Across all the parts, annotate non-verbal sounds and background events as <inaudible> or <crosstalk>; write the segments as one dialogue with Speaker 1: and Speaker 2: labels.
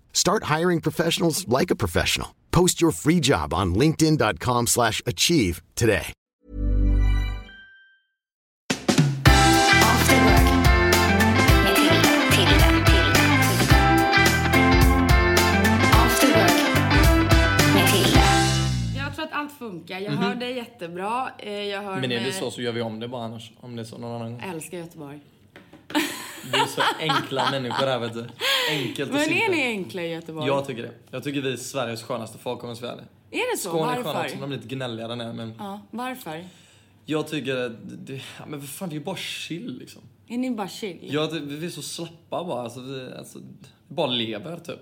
Speaker 1: Start hiring professionals like a professional. Post your free job on linkedin.com/achieve slash achieve today.
Speaker 2: After work. Med Tilde, Tilde, Tilde, Tilde. After work. Med Tilde.
Speaker 3: Jag tror att allt funkar. Jag hör dig jättebra. Eh, Jag hör
Speaker 4: Mhm. Men är det
Speaker 3: mig-
Speaker 4: så så gör vi om det bara annars. Om det är så någon annan gång.
Speaker 3: Jag älskar Göteborg.
Speaker 4: Vi är så enkla människor här vet du. Enkelt och
Speaker 3: Men är ni
Speaker 4: simpelt.
Speaker 3: enkla i Göteborg?
Speaker 4: Jag tycker det. Jag tycker vi är Sveriges skönaste folk om jag ska vara ärlig.
Speaker 3: Är det så?
Speaker 4: Skåne är sköna också,
Speaker 3: Varför?
Speaker 4: de är lite gnälligare där nere, men
Speaker 3: Ja, varför?
Speaker 4: jag tycker att det, ja, men vad fan det är ju bara chill liksom.
Speaker 3: Är ni bara chill?
Speaker 4: Jag, vi är så slappa bara, alltså, vi, alltså, vi bara lever typ.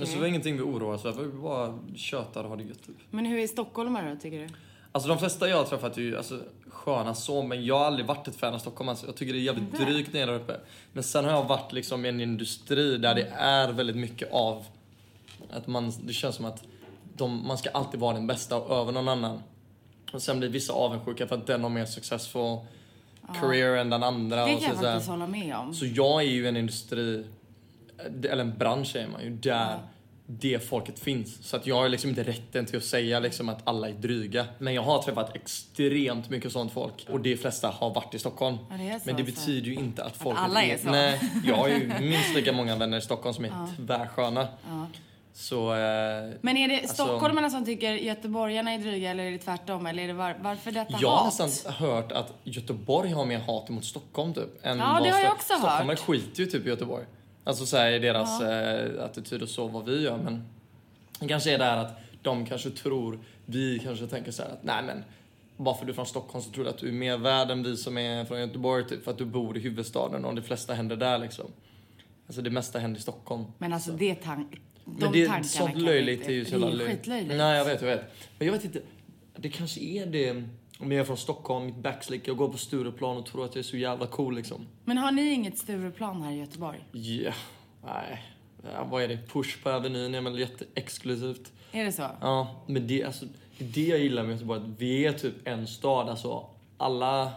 Speaker 4: Alltså, det var ingenting vi oroar oss över, vi bara tjötar och har det gött typ.
Speaker 3: Men hur är stockholmare då, tycker du?
Speaker 4: Alltså de flesta jag har träffat är ju alltså, sköna så, men jag har aldrig varit ett fan av Stockholm. Alltså, jag tycker det är jävligt drygt nere där uppe. Men sen har jag varit liksom i en industri där det är väldigt mycket av att man, det känns som att de, man ska alltid vara den bästa och över någon annan. Och sen blir vissa avundsjuka för att den har mer successful career än den andra.
Speaker 3: Det
Speaker 4: och
Speaker 3: kan jag
Speaker 4: alltså så, här.
Speaker 3: faktiskt hålla med om.
Speaker 4: Så jag är ju en industri, eh, eller en bransch säger man ju, där det folket finns. Så att jag har liksom inte rätten till att säga liksom att alla är dryga. Men jag har träffat extremt mycket sånt folk och de flesta har varit i Stockholm.
Speaker 3: Ja, det är så
Speaker 4: Men det
Speaker 3: alltså.
Speaker 4: betyder ju inte att folk...
Speaker 3: alla är så.
Speaker 4: Nej, jag har ju minst lika många vänner i
Speaker 3: <laughs>
Speaker 4: Stockholm som är tvärsköna. Så... Eh,
Speaker 3: Men är det
Speaker 4: Alltså-
Speaker 3: stockholmarna som tycker göteborgarna är dryga eller är det tvärtom? Eller är det var, varför detta
Speaker 4: Jag har
Speaker 3: hat?
Speaker 4: nästan hört att Göteborg har mer hat mot Stockholm typ. Än
Speaker 3: Ja, det
Speaker 4: vad
Speaker 3: har jag
Speaker 4: Stock-
Speaker 3: också hört.
Speaker 4: Stockholmare skiter ju typ i Göteborg. Alltså så här, i deras eh, attityd och så, vad vi gör. Men det kanske är det här att de kanske tror, vi kanske tänker så här att nej men bara för du är från Stockholm så tror du att du är mer värd än vi som är från Göteborg typ, för att du bor i huvudstaden och det flesta händer där liksom. Alltså det mesta händer i Stockholm.
Speaker 3: Men alltså det tank... De
Speaker 4: Men det är
Speaker 3: tankarna
Speaker 4: sånt
Speaker 3: kan
Speaker 4: löjligt
Speaker 3: inte-
Speaker 4: är ju så jävla
Speaker 3: Det är
Speaker 4: löjligt.
Speaker 3: skitlöjligt.
Speaker 4: Nej, jag vet, jag vet. Men jag vet inte. Det kanske är det om jag är från Stockholm, mitt backslick, jag går på Stureplan och tror att jag är så jävla cool liksom.
Speaker 3: Men har ni inget Stureplan här i Göteborg?
Speaker 4: Ja, nej. Ja, vad är det? Push på Avenyn är väl jätteexklusivt.
Speaker 3: Är det så?
Speaker 4: Ja, men det, alltså, det är det jag gillar med Göteborg, att vi är typ en stad. Alltså, alla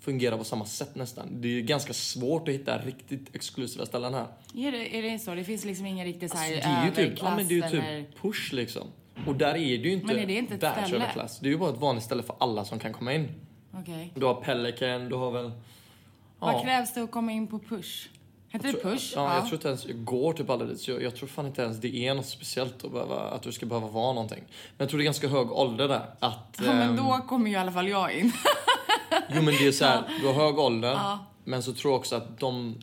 Speaker 4: fungerar på samma sätt nästan. Det är ju ganska svårt att hitta riktigt exklusiva ställen här.
Speaker 3: Är, det, är det så? Det finns liksom ingen riktig så här
Speaker 4: Alltså, det är ju typ, ja,
Speaker 3: överklass
Speaker 4: men det är ju
Speaker 3: eller...
Speaker 4: typ push liksom. Och där är det ju inte,
Speaker 3: Men är det inte ett
Speaker 4: världsöverklass. Det är ju bara ett vanligt ställe för alla som kan komma in.
Speaker 3: Okej.
Speaker 4: Du har Pelican, du har väl...
Speaker 3: Vad krävs det att komma in på push? Heter det push?
Speaker 4: Ja, Jag tror inte ens jag går typ aldrig dit. Så jag, jag tror fan inte ens det är något speciellt att, behöva, att du ska behöva vara någonting. Men jag tror det är ganska hög ålder där. Att,
Speaker 3: Ja, men
Speaker 4: ehm,
Speaker 3: då kommer ju i alla fall jag in.
Speaker 4: Jo men det är
Speaker 3: <laughs>
Speaker 4: så här, du har hög ålder. Men så tror jag också att de...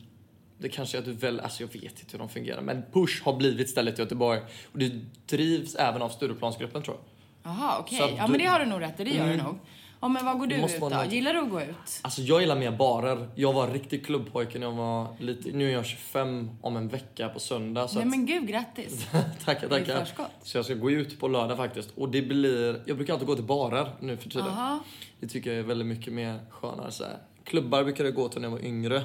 Speaker 4: Det kanske är att du väl, alltså jag vet inte hur de fungerar. Men Push har blivit stället i Göteborg. Och det drivs även av Stureplansgruppen tror jag.
Speaker 3: Jaha, okej.
Speaker 4: Så att
Speaker 3: Ja,
Speaker 4: du- Mm.
Speaker 3: men det har du nog rätt i. Det gör du nog. Ja, men vad går du
Speaker 4: måste
Speaker 3: ut
Speaker 4: vara
Speaker 3: då?
Speaker 4: något-
Speaker 3: Gillar du att gå ut?
Speaker 4: Alltså jag gillar mer barer. Jag var riktig klubbpojke när jag var liten. Nu är jag 25 om en vecka på söndag. Så
Speaker 3: Nej
Speaker 4: att...
Speaker 3: men gud, grattis.
Speaker 4: <laughs> tackar,
Speaker 3: Det är
Speaker 4: tackar.
Speaker 3: förskott.
Speaker 4: Så jag ska gå ut på lördag faktiskt. Och det blir... Jag brukar alltid gå till barer nu för tiden. Det tycker jag är väldigt mycket mer skönare så här. Klubbar brukade jag gå till när jag var yngre.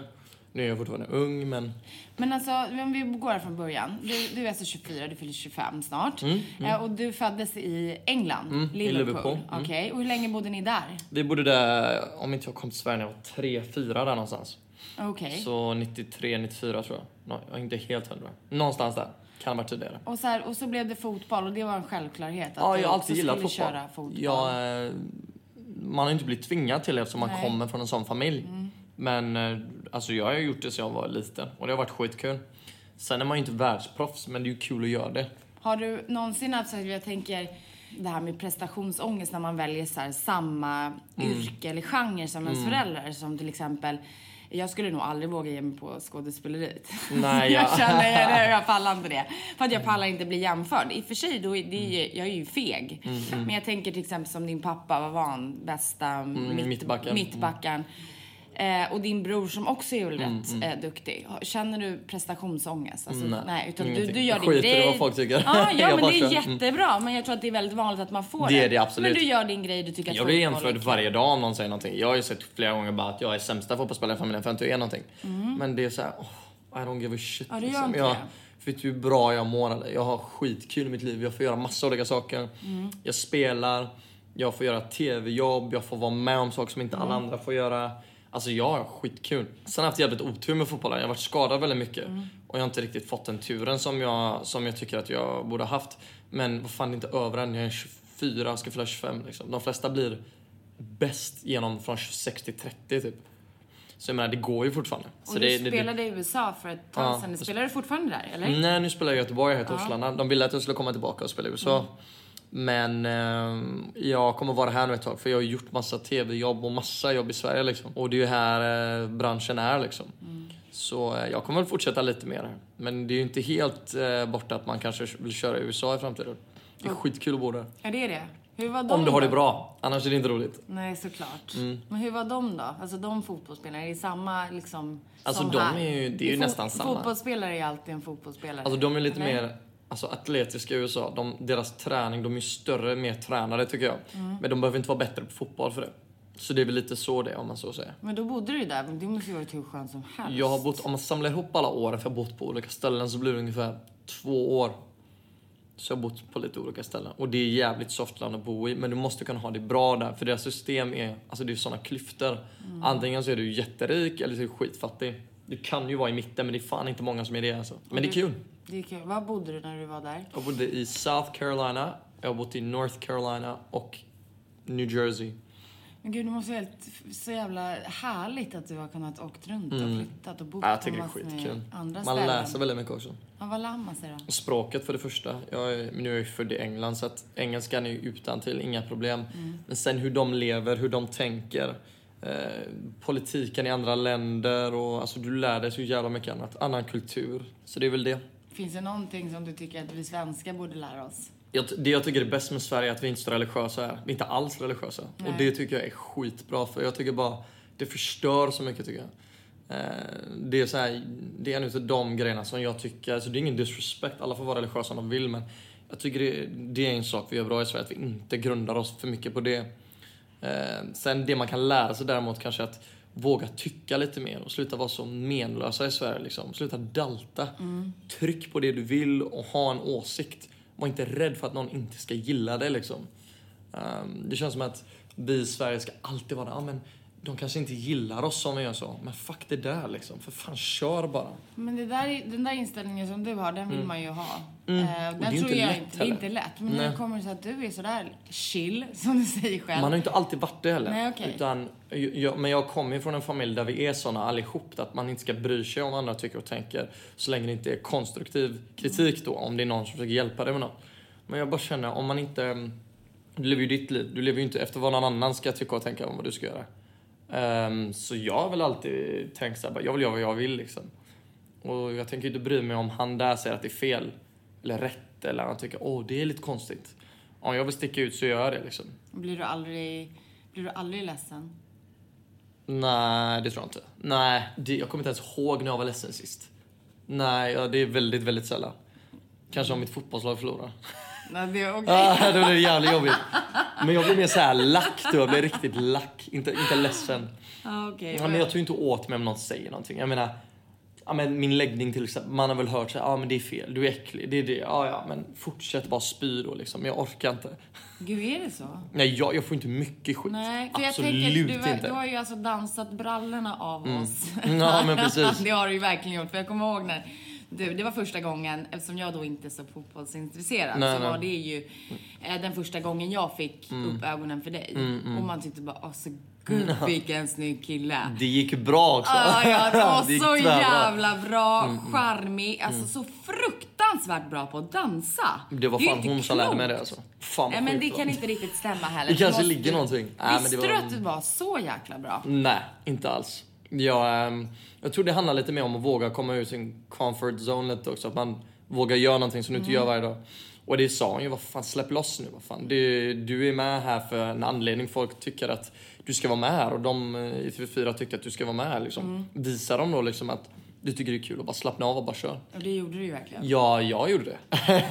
Speaker 4: Nu är jag fortfarande ung men...
Speaker 3: Men alltså, om vi går här från början. Du, du är alltså 24, du fyller 25 snart.
Speaker 4: Mm,
Speaker 3: Eh, Och du föddes i England, Liverpool.
Speaker 4: Liverpool, Mm.
Speaker 3: Okej, och hur länge bodde ni där?
Speaker 4: Vi bodde där, om inte jag kom till Sverige när jag var 3, 4 där någonstans.
Speaker 3: Okej.
Speaker 4: Så 93, 94 tror jag. Nå, jag är inte helt hundra. Någonstans där. Kan ha varit tidigare.
Speaker 3: Och, så här, och så blev det fotboll och det var en självklarhet att
Speaker 4: Ja,
Speaker 3: du
Speaker 4: jag har alltid
Speaker 3: också
Speaker 4: gillat
Speaker 3: skulle
Speaker 4: fotboll.
Speaker 3: köra fotboll.
Speaker 4: Jag, eh, man har ju inte blivit tvingad till det eftersom man
Speaker 3: Nej. Mm.
Speaker 4: kommer från en sån familj. Men eh, alltså, jag har ju gjort det sedan jag var liten och det har varit skitkul. Sen är man ju inte världsproffs, men det är ju kul att göra det.
Speaker 3: Har du någonsin haft så här, jag tänker, det här med prestationsångest när man väljer så här, samma
Speaker 4: Mm.
Speaker 3: yrke eller genre som ens föräldrar. Som till exempel, jag skulle nog aldrig våga ge mig på skådespeleriet. <laughs>
Speaker 4: Nej, ja. Mm.
Speaker 3: jag känner, jag, jag pallar inte det. För att jag pallar inte bli jämförd. I och för sig, då är det ju, jag är ju feg.
Speaker 4: Mm-hmm.
Speaker 3: Men jag tänker till exempel som din pappa, vad var han? Bästa mitt,
Speaker 4: Mm, mittbacken.
Speaker 3: mittbacken. Eh, och din bror som också är väl
Speaker 4: Mm,
Speaker 3: rätt Eh, duktig. Känner du prestationsångest? Alltså, nej. utan du,
Speaker 4: ingenting.
Speaker 3: du gör
Speaker 4: Jag
Speaker 3: din
Speaker 4: skiter i
Speaker 3: grej.
Speaker 4: vad folk tycker. <laughs>
Speaker 3: Ja, ja
Speaker 4: Jag
Speaker 3: men
Speaker 4: bara
Speaker 3: det är
Speaker 4: kör. Mm.
Speaker 3: jättebra. Men jag tror att det är väldigt vanligt att man får
Speaker 4: Det är det absolut.
Speaker 3: Men du gör din grej, du tycker att
Speaker 4: Jag blir
Speaker 3: fotboll är
Speaker 4: jämförd
Speaker 3: kul.
Speaker 4: varje dag om någon säger någonting. Jag har ju sett flera gånger bara att jag är sämsta fotbollsspelaren i familjen för att jag inte är någonting.
Speaker 3: Mm.
Speaker 4: Men det är så här, oh, I don't give a shit.
Speaker 3: Ja, det gör inte
Speaker 4: jag
Speaker 3: det.
Speaker 4: vet ju hur bra jag mår. eller? Jag har skitkul i mitt liv. Jag får göra massa olika saker.
Speaker 3: Mm.
Speaker 4: Jag spelar, jag får göra tv-jobb, jag får vara med om saker som inte
Speaker 3: Mm.
Speaker 4: alla andra får göra. Alltså jag har skitkul. Sen har jag haft jävligt otur med fotbollen. Jag har varit skadad väldigt mycket.
Speaker 3: Mm.
Speaker 4: Och jag har inte riktigt fått den turen som jag, som jag tycker att jag borde ha haft. Men vad fan, det är inte över än. Jag är 24 och ska fylla 25. Liksom. De flesta blir bäst genom från 26 till 30 typ. Så jag menar, det går ju fortfarande.
Speaker 3: Och
Speaker 4: Så
Speaker 3: du
Speaker 4: det, det- det,
Speaker 3: spelade i USA för ett tag
Speaker 4: Ja. Mm.
Speaker 3: sedan. Spelar du fortfarande där, eller?
Speaker 4: Nej, nu spelar jag i Göteborg här i Torslanda. De ville att jag skulle komma tillbaka och spela i USA. Men ehm, jag kommer vara här nu ett tag för jag har gjort massa tv-jobb och massa jobb i Sverige liksom. Och det är ju här eh, branschen är liksom. Så eh, jag kommer väl fortsätta lite mer här. Men det är ju inte helt eh, borta att man kanske vill köra i USA i framtiden. Det är skitkul att bo där.
Speaker 3: Ja, det är det. Hur var de
Speaker 4: Om du har
Speaker 3: då?
Speaker 4: det bra, Mm. annars är det inte roligt.
Speaker 3: Nej, såklart. Men hur var de då? Alltså de fotbollsspelarna, är det samma liksom
Speaker 4: Alltså,
Speaker 3: som
Speaker 4: de
Speaker 3: här?
Speaker 4: är ju- det är ju
Speaker 3: Fot-
Speaker 4: nästan samma.
Speaker 3: Fotbollsspelare är alltid en fotbollsspelare.
Speaker 4: Alltså de är lite
Speaker 3: eller?
Speaker 4: mer alltså, atletiska i USA. De, deras träning, de är ju större, mer tränade tycker jag. Men de behöver inte vara bättre på fotboll för det. Så det är väl lite så det är, om man så säger.
Speaker 3: Men då bodde du ju där, men det måste ju varit hur skönt som helst.
Speaker 4: Jag har bott, om man samlar ihop alla åren för jag har bott på olika ställen så blir det ungefär två år. Så jag har bott på lite olika ställen. Och det är jävligt soft land att bo i. Men du måste kunna ha det bra där. För deras system är, alltså det är sådana klyftor. Antingen så är du jätterik eller så är du skitfattig. Du kan ju vara i mitten men det är fan inte många som är det alltså. Men det är kul.
Speaker 3: Det är kul. Var bodde du när du var där?
Speaker 4: Jag bodde i South Carolina, jag har bott i North Carolina och New Jersey.
Speaker 3: Men gud, det måste vara helt, så jävla härligt att du har kunnat åkt runt och flyttat och bott
Speaker 4: Mm. Ja, jag tycker det är
Speaker 3: massor med
Speaker 4: skitkul.
Speaker 3: andra
Speaker 4: Man
Speaker 3: ställen.
Speaker 4: läser väldigt mycket också.
Speaker 3: Ja, vad lär man sig då?
Speaker 4: Språket för det första. Jag är, nu är jag ju född i England så att engelskan är ju utan till inga problem.
Speaker 3: Mm.
Speaker 4: Men sen hur de lever, hur de tänker. Eh, politiken i andra länder och alltså du lär dig så jävla mycket annat. Annan kultur. Så det är väl det.
Speaker 3: Finns det någonting som du tycker att vi svenskar borde lära oss?
Speaker 4: Jag, det jag tycker är bäst med Sverige är att vi inte är så religiösa här. Vi är inte alls religiösa. Och det tycker jag är skitbra för jag tycker bara det förstör så mycket tycker jag. Eh, det är så här, det är en utav de grejerna som jag tycker, alltså det är ingen disrespect, alla får vara religiösa om de vill men jag tycker det, det är en sak vi gör bra i Sverige, att vi inte grundar oss för mycket på det. Eh, sen det man kan lära sig däremot kanske är att våga tycka lite mer och sluta vara så menlösa i Sverige. Liksom. Sluta dalta. Tryck på det du vill och ha en åsikt. Var inte rädd för att någon inte ska gilla det. Liksom. Eh, det känns som att vi i Sverige ska alltid vara ah, men de kanske inte gillar oss om vi gör så. Men fuck det där liksom. För fan, kör bara.
Speaker 3: Men det där, den där inställningen som du har, den vill man ju ha. Eh,
Speaker 4: Mm. det är
Speaker 3: den
Speaker 4: ju
Speaker 3: tror
Speaker 4: inte
Speaker 3: jag
Speaker 4: lätt
Speaker 3: inte, det är
Speaker 4: heller.
Speaker 3: inte lätt. Men hur kommer det sig att du är sådär chill, <laughs> som du säger själv?
Speaker 4: Man har ju inte alltid varit det heller.
Speaker 3: Nej, okej.
Speaker 4: utan, jag, men jag kommer ju från en familj där vi är såna allihop. Att man inte ska bry sig om vad andra tycker och tänker. Så länge det inte är konstruktiv kritik då. Om det är någon som försöker hjälpa dig med något. Men jag bara känner, om man inte... mm, Du lever ju ditt liv. Du lever ju inte efter vad någon annan ska tycka och tänka om vad du ska göra. Ehm, så jag har väl alltid tänkt såhär, jag vill göra vad jag vill liksom. Och jag tänker inte bry mig om han där säger att det är fel. Eller rätt. Eller han tycker, åh det är lite konstigt. Om jag vill sticka ut så gör jag det liksom.
Speaker 3: Blir du aldrig, blir du aldrig ledsen?
Speaker 4: Nej, det tror jag inte. Nej, det, jag kommer inte ens ihåg när jag var ledsen sist. Nej, ja, det är väldigt, väldigt sällan. Kanske om mitt fotbollslag förlorar. <laughs>
Speaker 3: Nej, det är okej.
Speaker 4: Ah, då blir det jävligt jobbigt. Men jag blir mer så här lack då. Jag blir riktigt lack. Inte, inte ledsen.
Speaker 3: Ah, okej.
Speaker 4: Ja, men jag tror inte åt mig om någon säger någonting. Jag menar, ja, men min läggning till exempel. Man har väl hört så här, ja ah, men det är fel, du är äcklig, det är det. Ja, ja, men fortsätt bara spy då liksom. Jag orkar inte.
Speaker 3: Gud, är det så?
Speaker 4: Nej, jag, jag får inte mycket skit.
Speaker 3: Nej, för jag
Speaker 4: Absolut
Speaker 3: tänker, du, var-
Speaker 4: inte. Mm.
Speaker 3: du har ju alltså dansat brallorna av oss.
Speaker 4: <laughs> Ja,
Speaker 3: <laughs>
Speaker 4: men precis.
Speaker 3: det har du ju verkligen gjort. För jag kommer ihåg när du, det var första gången, eftersom jag då inte är så fotbollsintresserad, så
Speaker 4: Nej, nej. Mm.
Speaker 3: var det ju eh, den första gången jag fick upp ögonen för dig. Och man tyckte bara, åh så gud vilken snygg kille.
Speaker 4: <laughs>
Speaker 3: Ah,
Speaker 4: Det gick bra också.
Speaker 3: Ja, ja, det var
Speaker 4: Det gick Mm,
Speaker 3: så
Speaker 4: tvärbra.
Speaker 3: jävla bra, charmig, alltså så fruktansvärt bra på att dansa.
Speaker 4: Mm. Det var
Speaker 3: är ju
Speaker 4: fan
Speaker 3: inte
Speaker 4: hon som lärde mig det
Speaker 3: klokt.
Speaker 4: alltså. Fan
Speaker 3: Nej men det
Speaker 4: sjukt,
Speaker 3: kan
Speaker 4: va?
Speaker 3: inte riktigt stämma heller.
Speaker 4: Det kanske
Speaker 3: Du måste-
Speaker 4: ligger någonting. Nej, men
Speaker 3: Visste
Speaker 4: det
Speaker 3: du
Speaker 4: var-
Speaker 3: att du var så jäkla bra?
Speaker 4: Nej, inte alls. Jag, ehm, jag tror det handlar lite mer om att våga komma ur sin comfort zone lite också. Att man vågar göra någonting som du inte gör
Speaker 3: Mm.
Speaker 4: varje dag. Och det sa hon ju, vad fan släpp loss nu. Vad fan. Du, du är med här för en anledning. Folk tycker att du ska vara med här och de eh, i TV4 tyckte att du ska vara med här. Liksom.
Speaker 3: Mm.
Speaker 4: Visa dem då liksom att du tycker det är kul att bara slappna av och bara köra.
Speaker 3: Och det gjorde du ju verkligen.
Speaker 4: Ja, jag gjorde det.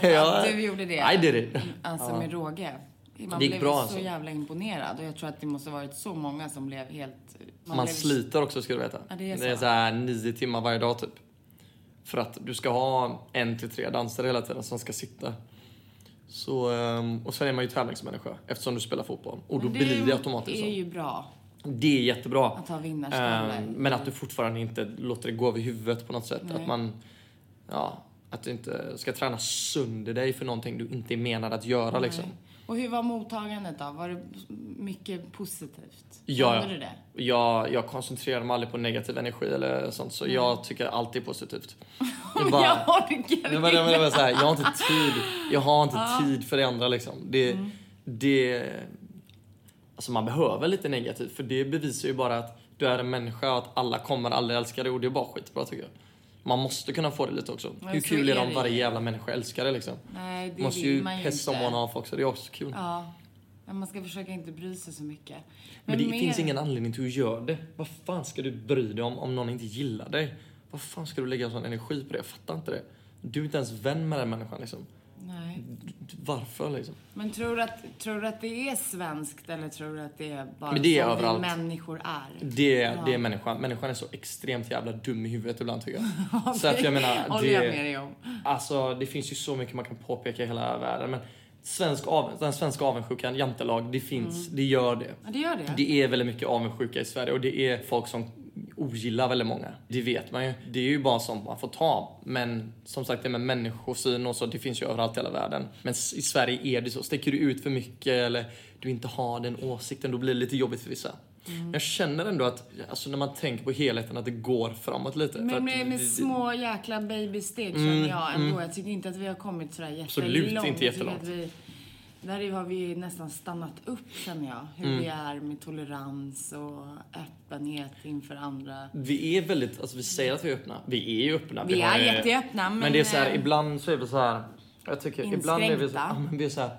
Speaker 4: <laughs> jag,
Speaker 3: du gjorde det.
Speaker 4: I did it.
Speaker 3: Alltså med råge. Man
Speaker 4: Det gick
Speaker 3: blev
Speaker 4: bra,
Speaker 3: så
Speaker 4: alltså.
Speaker 3: jävla imponerad och jag tror att det måste ha varit så många som blev helt...
Speaker 4: Man,
Speaker 3: blev-
Speaker 4: sliter också ska du veta.
Speaker 3: liksom- Ja, det är
Speaker 4: det är
Speaker 3: så.
Speaker 4: så här nio timmar varje dag typ. För att du ska ha en till tre dansare hela tiden som ska sitta. Så, ehm, och sen är man ju tävlingsmänniska eftersom du spelar fotboll. Och då
Speaker 3: Men
Speaker 4: blir det automatiskt
Speaker 3: är
Speaker 4: så.
Speaker 3: ju bra.
Speaker 4: Det är jättebra.
Speaker 3: Att ha vinnarskalle.
Speaker 4: Ehm, men att du fortfarande inte låter det gå över huvudet på något sätt. Att man... Ja, att du inte ska träna sönder dig för någonting du inte är menad att göra liksom.
Speaker 3: Nej. Och hur var mottagandet då? Var det mycket positivt?
Speaker 4: Ja,
Speaker 3: Kände du det?
Speaker 4: Jag, jag koncentrerar mig aldrig på negativ energi eller sånt så jag tycker alltid
Speaker 3: <laughs>
Speaker 4: är positivt. Jag
Speaker 3: Jag
Speaker 4: bara,
Speaker 3: orkar
Speaker 4: Nej, men, men, men, men, så här, jag har inte tid, jag har inte tid för det andra liksom. Det,
Speaker 3: Mm.
Speaker 4: det, alltså man behöver lite negativt för det bevisar ju bara att du är en människa och att alla kommer aldrig älska dig och det är bara skitbra tycker jag. Man måste kunna få det lite också.
Speaker 3: Men
Speaker 4: Hur
Speaker 3: så
Speaker 4: kul är det
Speaker 3: är
Speaker 4: om
Speaker 3: det
Speaker 4: varje
Speaker 3: ju.
Speaker 4: jävla människa älskar dig liksom?
Speaker 3: Nej, det
Speaker 4: måste
Speaker 3: vill
Speaker 4: ju
Speaker 3: man ju
Speaker 4: pessa om
Speaker 3: inte.
Speaker 4: man har också, det är också kul.
Speaker 3: Ja. Men man ska försöka inte bry sig så mycket.
Speaker 4: Men det
Speaker 3: mer-
Speaker 4: finns ingen anledning till att du gör det. Vad fan ska du bry dig om om någon inte gillar dig? Vad fan ska du lägga sån energi på det? Jag fattar inte det. Du är inte ens vän med den människan liksom.
Speaker 3: Nej.
Speaker 4: D- d- Varför liksom?
Speaker 3: Men tror du, att, tror du att det är svenskt eller tror du att det är bara
Speaker 4: Men det är
Speaker 3: som
Speaker 4: överallt.
Speaker 3: vi människor är?
Speaker 4: Det, det är människan. Människan är så extremt jävla dum i huvudet ibland tycker
Speaker 3: <laughs>
Speaker 4: jag. så att jag menar,
Speaker 3: håller jag med dig om.
Speaker 4: Alltså det finns ju så mycket man kan påpeka i hela världen. Men svensk av, den svenska avundsjukan, jantelag, det finns, det gör det.
Speaker 3: Mm. Ja, det gör det.
Speaker 4: Det är väldigt mycket avundsjuka i Sverige och det är folk som ogillar väldigt många. Det vet man ju. Det är ju bara sånt man får ta. Men som sagt, det med människosyn och så, det finns ju överallt i hela världen. Men s- i Sverige är det så. Sticker du ut för mycket eller du inte har den åsikten, då blir det lite jobbigt för vissa.
Speaker 3: Mm.
Speaker 4: Men jag känner ändå att, alltså när man tänker på helheten, att det går framåt lite. För att
Speaker 3: Men med, med
Speaker 4: det- det-
Speaker 3: små jäkla babysteg känner jag ändå. Jag tycker inte att vi har kommit sådär jättelångt.
Speaker 4: mm. Absolut inte
Speaker 3: Jag tycker
Speaker 4: jättelångt.
Speaker 3: att Vi, där är- har vi nästan stannat upp känner jag. Hur
Speaker 4: Mm.
Speaker 3: vi är med tolerans och öppenhet inför andra.
Speaker 4: Vi är väldigt, alltså vi säger att vi är öppna. Vi är ju öppna.
Speaker 3: Vi
Speaker 4: har
Speaker 3: är
Speaker 4: ju-
Speaker 3: jätteöppna,
Speaker 4: Men,
Speaker 3: men
Speaker 4: det är så här,
Speaker 3: eh,
Speaker 4: ibland så är vi så här. Jag tycker ibland är vi så,
Speaker 3: Inskränkta.
Speaker 4: ja, men vi är så här.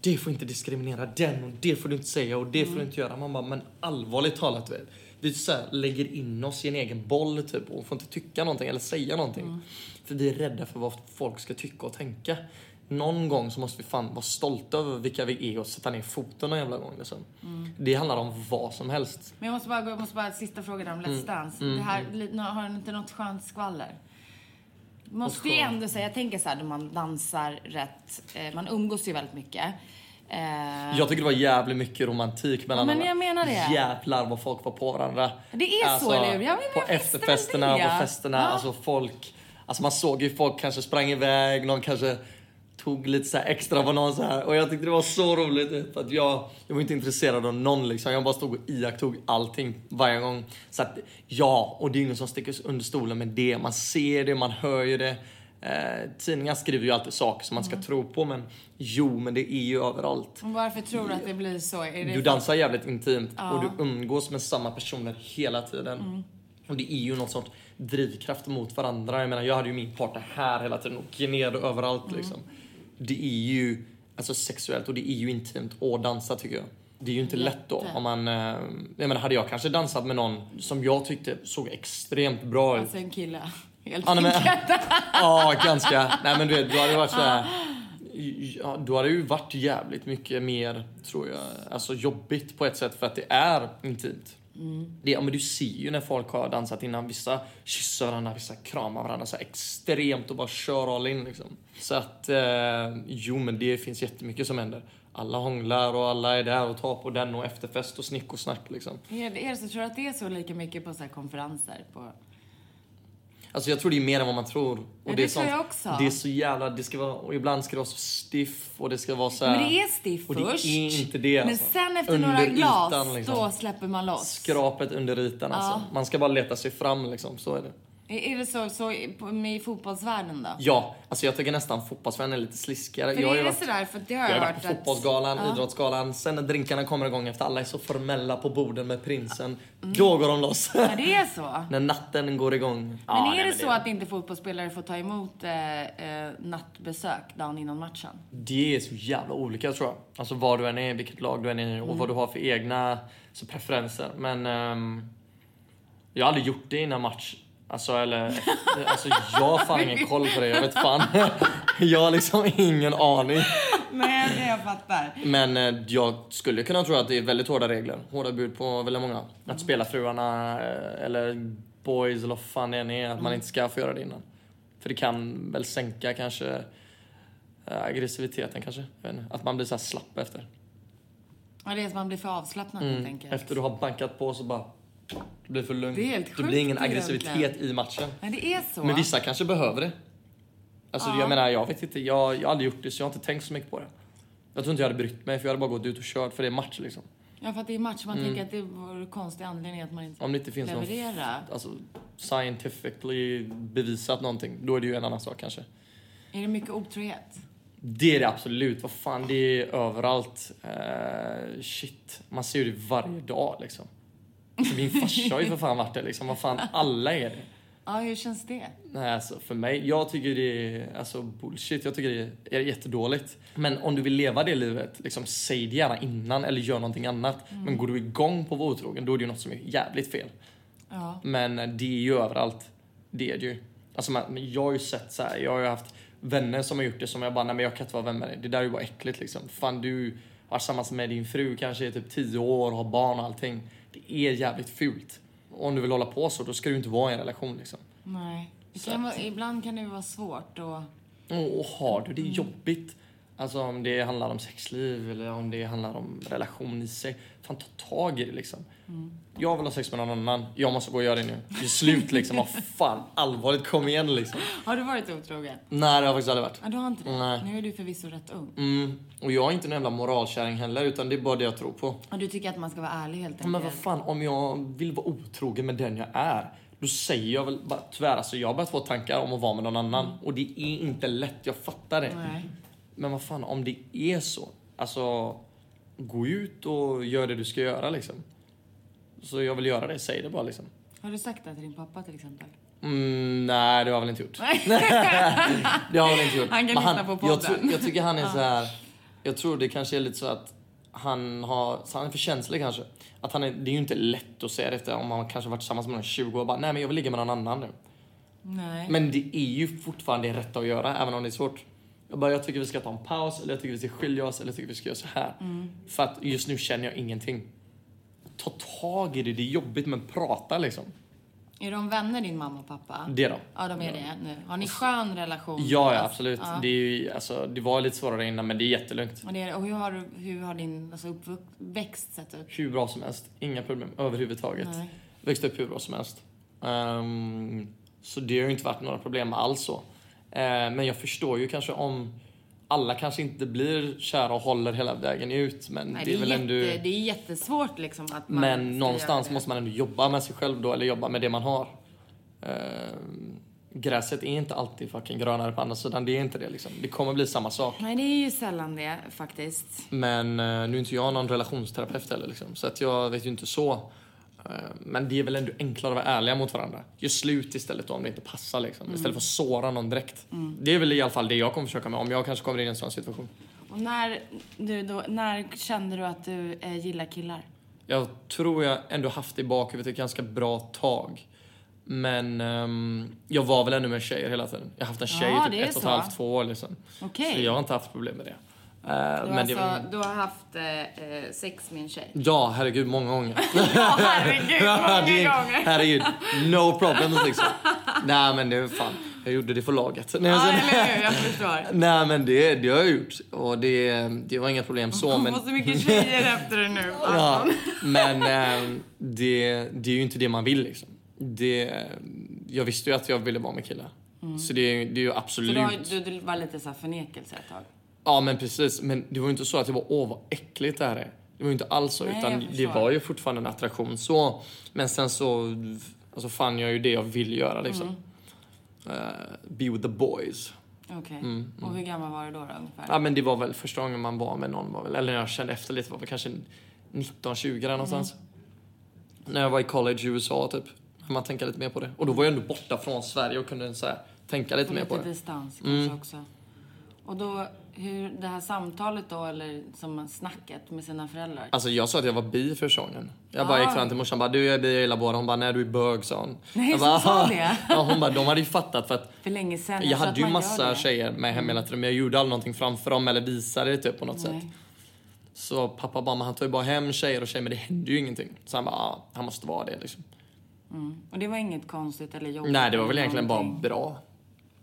Speaker 4: Det får inte diskriminera den och det får du inte säga och det får
Speaker 3: Mm.
Speaker 4: du inte göra. Man bara, men allvarligt talat. vet. Vi så här, lägger in oss i en egen boll typ och får inte tycka någonting eller säga någonting.
Speaker 3: Mm.
Speaker 4: För vi är rädda för vad folk ska tycka och tänka. Någon gång så måste vi fan vara stolta över vilka vi är och sätta ner foten någon jävla gång. Liksom.
Speaker 3: Mm.
Speaker 4: Det handlar om vad som helst.
Speaker 3: Men jag måste bara, gå- jag måste bara sista frågan om
Speaker 4: Mm.
Speaker 3: Let's Dance. Det här, li- nå- har du inte något skönt skvaller? Måste ju ändå säga, jag tänker så här när man dansar rätt, eh, man umgås ju väldigt mycket. Eh,
Speaker 4: Jag tycker det var jävligt mycket romantik mellan
Speaker 3: men
Speaker 4: alla.
Speaker 3: jag menar det.
Speaker 4: Jävlar vad folk var på varandra. Alltså,
Speaker 3: Det är så, eller hur? Ja, men
Speaker 4: På
Speaker 3: jag visste väl
Speaker 4: efterfesterna,
Speaker 3: det.
Speaker 4: på festerna.
Speaker 3: Ja.
Speaker 4: Alltså folk... Alltså man såg ju folk kanske sprang iväg, någon kanske tog lite så här extra på någon så här. Och jag tyckte det var så roligt vet, för att jag, jag var inte intresserad av någon liksom. Jag bara stod och iakttog allting varje gång. Så att ja, och det är ingen som sticker under stolen med det. Man ser det, man hör ju det. Eh, tidningar skriver ju alltid saker som man
Speaker 3: Mm.
Speaker 4: ska tro på men jo, men det är ju överallt.
Speaker 3: Varför tror du att det blir så? Är det
Speaker 4: Du dansar jävligt intimt och du umgås med samma personer hela tiden.
Speaker 3: Mm.
Speaker 4: Och det är ju någon sorts drivkraft mot varandra. Jag menar, jag hade ju min partner här hela tiden och ner överallt
Speaker 3: Mm.
Speaker 4: liksom. Det är ju alltså, sexuellt och det är ju intimt att dansa tycker jag. Det är ju inte lätt då. Om man, eh, jag menar, hade jag kanske dansat med någon som jag tyckte såg extremt bra ut.
Speaker 3: alltså en kille? Helt
Speaker 4: Ja, nej, men-
Speaker 3: enkelt.
Speaker 4: <laughs> Ja, ganska. Nej men du vet, du hade varit såhär... Ja, då hade det ju varit jävligt mycket mer, tror jag, alltså jobbigt på ett sätt för att det är intimt.
Speaker 3: Mm.
Speaker 4: Det, ja, men du ser ju när folk har dansat innan, vissa kysser varandra, vissa kramar varandra så här extremt och bara kör all in liksom. Så att, eh, jo men det finns jättemycket som händer. Alla hånglar och alla är där och tar på den och efterfest och snick och snack liksom.
Speaker 3: Är det, är det så, tror du att det är så lika mycket på så här konferenser? På...
Speaker 4: Alltså jag tror det är mer än vad man tror. Och
Speaker 3: det
Speaker 4: är
Speaker 3: tror jag också.
Speaker 4: Det är så jävla, det ska vara, och ibland ska det vara så stiff och det ska vara så här,
Speaker 3: Men det är stiff
Speaker 4: och
Speaker 3: först.
Speaker 4: det är inte det
Speaker 3: Men
Speaker 4: alltså.
Speaker 3: sen efter
Speaker 4: Under
Speaker 3: några glas,
Speaker 4: ytan, liksom.
Speaker 3: då släpper man loss.
Speaker 4: Skrapet under ytan alltså. Man ska bara leta sig fram liksom, så är det.
Speaker 3: Är det så, så i- på- med i fotbollsvärlden då?
Speaker 4: Ja, alltså jag tycker nästan fotbollsvän är lite sliskigare.
Speaker 3: För
Speaker 4: jag har
Speaker 3: är
Speaker 4: ju
Speaker 3: det
Speaker 4: varit-
Speaker 3: sådär? För det har
Speaker 4: Jag
Speaker 3: jag,
Speaker 4: har
Speaker 3: hört
Speaker 4: varit på
Speaker 3: att...
Speaker 4: fotbollsgalan, idrottsgalan, sen när drinkarna kommer igång efter alla är så formella på borden med prinsen. Då går de loss.
Speaker 3: Mm. Ja, det är så.
Speaker 4: <laughs> när natten går igång.
Speaker 3: Men är det så att inte fotbollsspelare får ta emot eh, eh, nattbesök dagen innan matchen?
Speaker 4: Det är så jävla olika tror jag. Alltså var du än är, vilket lag du än är i och vad du har för egna så preferenser. Men ehm, jag har aldrig gjort det innan match. Alltså eller, alltså jag har fan ingen koll på det, jag vet fan. <laughs> jag har liksom ingen aning.
Speaker 3: Nej, det jag fattar.
Speaker 4: Men eh, jag skulle kunna tro att det är väldigt hårda regler. Hårda bud på väldigt många.
Speaker 3: Mm.
Speaker 4: Att spela fruarna eh, eller boys eller vad fan det än är.
Speaker 3: Mm.
Speaker 4: Att man inte ska få göra det innan. För det kan väl sänka kanske eh, aggressiviteten kanske. Jag vet inte. Att man blir så här slapp efter.
Speaker 3: Ja, det är att man blir för avslappnad helt enkelt.
Speaker 4: Mm, Efter du har bankat på så bara... Det blir för lugnt.
Speaker 3: Det är helt
Speaker 4: det
Speaker 3: sjukt
Speaker 4: blir ingen aggressivitet
Speaker 3: egentligen.
Speaker 4: i matchen.
Speaker 3: Men det är så.
Speaker 4: Men vissa kanske behöver det. Alltså jag menar, jag vet inte. Jag, jag har aldrig gjort det så jag har inte tänkt så mycket på det. Jag tror inte jag hade brytt mig för jag hade bara gått ut och kört för det är match liksom.
Speaker 3: Ja, för att det är match. Man
Speaker 4: Mm.
Speaker 3: tänker att det vore konstig anledning att man inte
Speaker 4: Om det inte finns
Speaker 3: leverera.
Speaker 4: någon alltså, scientifically bevisat någonting, då är det ju en annan sak kanske.
Speaker 3: Är det mycket otrohet?
Speaker 4: Det är det absolut. Vad fan, det är överallt. Eh, shit, man ser ju det varje dag liksom. Min farsa har ju för fan varit det liksom. Vad fan, alla är det.
Speaker 3: Ja, hur känns det?
Speaker 4: Nej, alltså för mig, jag tycker det är alltså bullshit. Jag tycker det är jättedåligt. Men om du vill leva det livet, liksom, säg det gärna innan eller gör någonting annat. Men går du igång på att vara otrogen, då är det ju något som är jävligt fel.
Speaker 3: Ja.
Speaker 4: Men eh, det är ju överallt. Det är det ju. Alltså, man, men jag har ju sett så här, jag har ju haft vänner som har gjort det som jag bara, nej men jag kan inte vara vän med dig. Det där är ju bara äckligt liksom. Fan du har tillsammans med din fru kanske i typ 10 år, har barn och allting. Det är jävligt fult. Om du vill hålla på så, då ska du inte vara i en relation liksom.
Speaker 3: Nej. Det kan vara, ibland kan det ju vara svårt och...
Speaker 4: Och, och har du det jobbigt, alltså om det handlar om sexliv eller om det handlar om relation i sig, fan ta tag i det liksom. Jag vill ha sex med någon annan, jag måste gå och göra det nu. Det är slut liksom, vad fan, allvarligt, kom igen liksom.
Speaker 3: Har du varit otrogen?
Speaker 4: Nej, det har jag faktiskt aldrig varit.
Speaker 3: Ja, du har inte det?
Speaker 4: Nej.
Speaker 3: Nu är du förvisso rätt ung.
Speaker 4: Mm. Och jag är inte en jävla moralkärring heller, utan det är bara det jag tror på.
Speaker 3: Och du tycker att man ska vara ärlig helt enkelt?
Speaker 4: Men vad fan, om jag vill vara otrogen med den jag är, då säger jag väl bara, tyvärr alltså, jag har börjat få tankar om att vara med någon annan. Och det är inte lätt, jag fattar det.
Speaker 3: Nej.
Speaker 4: Men vad fan, om det är så, alltså gå ut och gör det du ska göra liksom. Så jag vill göra det, säg det bara liksom.
Speaker 3: Har du sagt det till din pappa till exempel?
Speaker 4: Mm, nej, det har jag väl inte gjort. <laughs> det har jag väl inte gjort.
Speaker 3: Han kan
Speaker 4: Men
Speaker 3: lyssna på
Speaker 4: jag,
Speaker 3: podden.
Speaker 4: tror- jag tycker han är så här. Jag tror det kanske är lite så att han, har, så han är för känslig kanske. Att han är, det är ju inte lätt att säga det efter om man kanske varit tillsammans med någon i 20 år. Bara, nej men jag vill ligga med någon annan nu.
Speaker 3: Nej.
Speaker 4: Men det är ju fortfarande det rätta att göra, även om det är svårt. Jag bara, jag tycker vi ska ta en paus, eller jag tycker vi ska skilja oss, eller jag tycker vi ska göra så här.
Speaker 3: Mm.
Speaker 4: För att just nu känner jag ingenting. Ta tag i det, det är jobbigt men prata liksom.
Speaker 3: Är de vänner din mamma och pappa?
Speaker 4: Det då.
Speaker 3: Ja, de är det nu. Har ni skön relation?
Speaker 4: Ja, ja
Speaker 3: Alltså,
Speaker 4: absolut.
Speaker 3: ja.
Speaker 4: Det, är ju, alltså, det var lite svårare innan men det är jättelugnt.
Speaker 3: Och, det är, det. och hur har, du- hur har din alltså, uppväxt sett ut?
Speaker 4: Hur bra som helst, inga problem överhuvudtaget.
Speaker 3: Nej.
Speaker 4: Växte upp hur bra som helst. Ehm, så det har ju inte varit några problem alls så. Ehm, men jag förstår ju kanske om alla kanske inte blir kära och håller hela vägen ut men
Speaker 3: Nej,
Speaker 4: det är väl
Speaker 3: jätte,
Speaker 4: ändå...
Speaker 3: det är jättesvårt liksom att man ska
Speaker 4: Men
Speaker 3: göra
Speaker 4: någonstans
Speaker 3: det.
Speaker 4: måste man ändå jobba med sig själv då, eller jobba med det man har. Ehm, gräset är inte alltid fucking grönare på andra sidan, det är inte det liksom. Det kommer bli samma sak.
Speaker 3: Nej, det är ju sällan det faktiskt.
Speaker 4: Men eh, nu är inte jag någon relationsterapeut heller liksom, så att jag vet ju inte så. Eh, men det är väl ändå enklare att vara ärliga mot varandra. Gör slut istället då om det inte passar liksom.
Speaker 3: Mm.
Speaker 4: Istället för att såra någon direkt. Det är väl i alla fall det jag kommer försöka med om jag kanske kommer in i en sån situation.
Speaker 3: Och när, du då, när kände du att du eh, gillar killar?
Speaker 4: Jag tror jag ändå haft det i bakhuvudet ett ganska bra tag. Men ehm, jag var väl ännu med tjejer hela tiden. Jag har haft en tjej
Speaker 3: Ja,
Speaker 4: i
Speaker 3: det
Speaker 4: typ
Speaker 3: är
Speaker 4: ett och ett
Speaker 3: så.
Speaker 4: halvt, två år liksom.
Speaker 3: Okej.
Speaker 4: Så jag har inte haft problem med det. Eh,
Speaker 3: Du,
Speaker 4: men
Speaker 3: alltså,
Speaker 4: det
Speaker 3: du har haft eh, eh, sex med en tjej?
Speaker 4: Ja, herregud, många gånger.
Speaker 3: <laughs> Ja, herregud, många
Speaker 4: det,
Speaker 3: gånger!
Speaker 4: herregud, no problems liksom. Nej men det är fan, jag gjorde det för laget. Nej,
Speaker 3: Ja,
Speaker 4: sen-
Speaker 3: eller hur? Jag förstår.
Speaker 4: Nej men det, det har jag gjort och det, det var inga problem så
Speaker 3: Hon
Speaker 4: men...
Speaker 3: får så mycket tjejer efter dig nu.
Speaker 4: Ja, men ehm, det, det är ju inte det man vill liksom. Det, jag visste ju att jag ville vara med killar. Så det, är ju- det är ju
Speaker 3: Mm. Så
Speaker 4: absolut...
Speaker 3: då, har- du, du var lite så här förnekelse ett tag.
Speaker 4: Ja men precis, men det var ju inte så att jag var åh vad äckligt det här är. Det var ju inte alls så
Speaker 3: Nej, jag
Speaker 4: utan
Speaker 3: förstår.
Speaker 4: det var ju
Speaker 3: Mm.
Speaker 4: fortfarande en attraktion så. Men sen så alltså, fann jag ju det jag vill göra liksom. eh, Be with the boys.
Speaker 3: Okej.
Speaker 4: Mm,
Speaker 3: Och hur gammal var du då, då ungefär?
Speaker 4: Ja, men det var väl första gången man var med någon, var väl, eller när jag kände efter lite, var väl kanske 19-20 där någonstans.
Speaker 3: Mm.
Speaker 4: När jag var i college i USA typ. När man tänker lite mer på det. Och då var jag ändå borta från Sverige och kunde så här, tänka lite
Speaker 3: på
Speaker 4: mer
Speaker 3: lite
Speaker 4: på det. Mm.
Speaker 3: distans kanske också. Och då, hur det här samtalet då, eller som snacket med sina föräldrar.
Speaker 4: Alltså jag sa att jag var bi första gången. Jag
Speaker 3: Ah.
Speaker 4: bara gick fram till morsan och bara du jag är bi, jag gillar båda. Hon bara nej du är bög sa hon.
Speaker 3: Nej,
Speaker 4: jag
Speaker 3: så
Speaker 4: bara,
Speaker 3: sa det?
Speaker 4: ja, hon bara de hade ju fattat för att
Speaker 3: för länge sedan.
Speaker 4: jag
Speaker 3: tror
Speaker 4: hade
Speaker 3: att
Speaker 4: ju
Speaker 3: man gör
Speaker 4: massa
Speaker 3: det.
Speaker 4: tjejer med hem hela tiden men jag gjorde aldrig någonting framför dem eller visade det typ på något sätt.
Speaker 3: Nej.
Speaker 4: Så pappa bara, men han tar ju bara hem tjejer och tjejer men det händer ju ingenting. Så han bara, ah, han måste vara det liksom.
Speaker 3: Och det var inget konstigt eller jobbigt?
Speaker 4: Nej det var väl
Speaker 3: eller
Speaker 4: egentligen bara
Speaker 3: någonting.
Speaker 4: bra.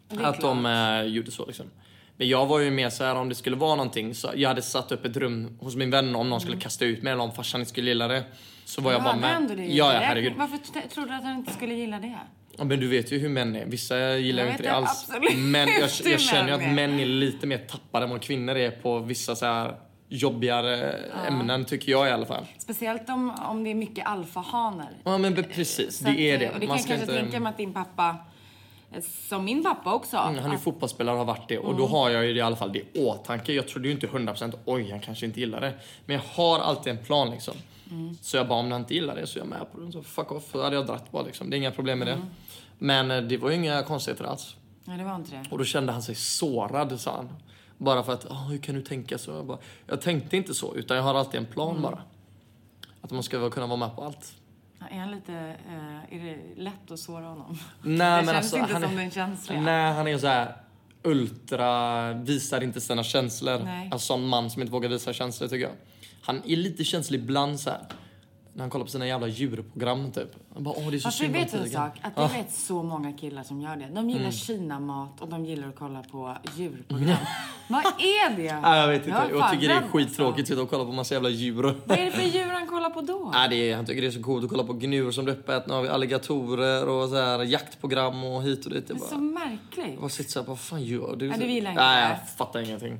Speaker 3: Det är
Speaker 4: Att de eh, gjorde så liksom. Men jag var ju mer så här om det skulle vara någonting så jag hade satt upp ett rum hos min vän om någon skulle kasta ut mig eller om farsan inte skulle gilla det. Så var jag bara
Speaker 3: hörde
Speaker 4: med.
Speaker 3: Mm. ändå det ju.
Speaker 4: ja, ja
Speaker 3: Det-
Speaker 4: herregud.
Speaker 3: Varför t- trodde du att han inte skulle gilla det?
Speaker 4: Ja, men du vet ju hur män är. Vissa gillar
Speaker 3: Jag
Speaker 4: ju
Speaker 3: vet
Speaker 4: inte det
Speaker 3: ju
Speaker 4: alls.
Speaker 3: absolut
Speaker 4: Men jag,
Speaker 3: hur
Speaker 4: jag känner ju
Speaker 3: män
Speaker 4: att
Speaker 3: är.
Speaker 4: män är lite mer tappade än vad kvinnor är på vissa så här jobbigare ämnen tycker jag i alla fall.
Speaker 3: Speciellt om, om det är mycket alfahanar.
Speaker 4: Ja men be- precis,
Speaker 3: Eh, Så att, eh,
Speaker 4: det är
Speaker 3: Och
Speaker 4: det.
Speaker 3: det kan
Speaker 4: Man
Speaker 3: jag
Speaker 4: ska
Speaker 3: kanske
Speaker 4: inte...
Speaker 3: tänka mig att din pappa, eh, som min pappa också.
Speaker 4: Mm, Han är ju
Speaker 3: att-
Speaker 4: fotbollsspelare och har varit det och då har jag ju det i alla fall det i åtanke. Jag trodde ju inte 100% oj han kanske inte gillar det. Men jag har alltid en plan liksom. Så jag bara om han inte gillar det så är jag med på det. Så fuck off, då hade jag dratt bara liksom. Det är inga problem med det. Men eh, det var ju inga konstigheter alls.
Speaker 3: Nej, det var inte det.
Speaker 4: Och då kände han sig sårad, sa han. Bara för att, "Ah, hur kan du tänka så? Jag, bara, jag tänkte inte så, utan jag har alltid en plan bara. Att man ska väl kunna vara med på allt.
Speaker 3: Ja, Är han lite... eh, är det lätt att såra honom?
Speaker 4: Nej,
Speaker 3: det
Speaker 4: men
Speaker 3: känns
Speaker 4: alltså,
Speaker 3: inte
Speaker 4: han
Speaker 3: som
Speaker 4: är-
Speaker 3: den känsliga.
Speaker 4: Nej, han är ju så här ultra, visar inte sina känslor.
Speaker 3: Nej.
Speaker 4: Alltså en man som inte vågar visa känslor tycker jag. Han är lite känslig ibland så här. När han kollar på sina jävla djurprogram typ. Han bara, åh det är så
Speaker 3: Fast vi
Speaker 4: synd om
Speaker 3: vet du en
Speaker 4: tigern."
Speaker 3: sak? Att jag vet så många killar som gör det. De
Speaker 4: Mm.
Speaker 3: gillar kinamat och de gillar att kolla på djurprogram. Vad
Speaker 4: <laughs>
Speaker 3: är det?
Speaker 4: Nej, jag vet inte.
Speaker 3: har
Speaker 4: Jag
Speaker 3: fan
Speaker 4: tycker det är
Speaker 3: bränt,
Speaker 4: skittråkigt att
Speaker 3: alltså.
Speaker 4: sitta och kolla på massa jävla djur.
Speaker 3: Vad är det för djur han kollar på då?
Speaker 4: <laughs> Nej, det är, han tycker det är så coolt att kolla på gnur som blir uppätna av alligatorer och så här, jaktprogram och hit och dit. Jag
Speaker 3: Det är så
Speaker 4: bara,
Speaker 3: märkligt.
Speaker 4: bara sitter så här, vad fan gör du?
Speaker 3: Nej, du gillar inte
Speaker 4: Nej,
Speaker 3: det.
Speaker 4: jag fattar ingenting.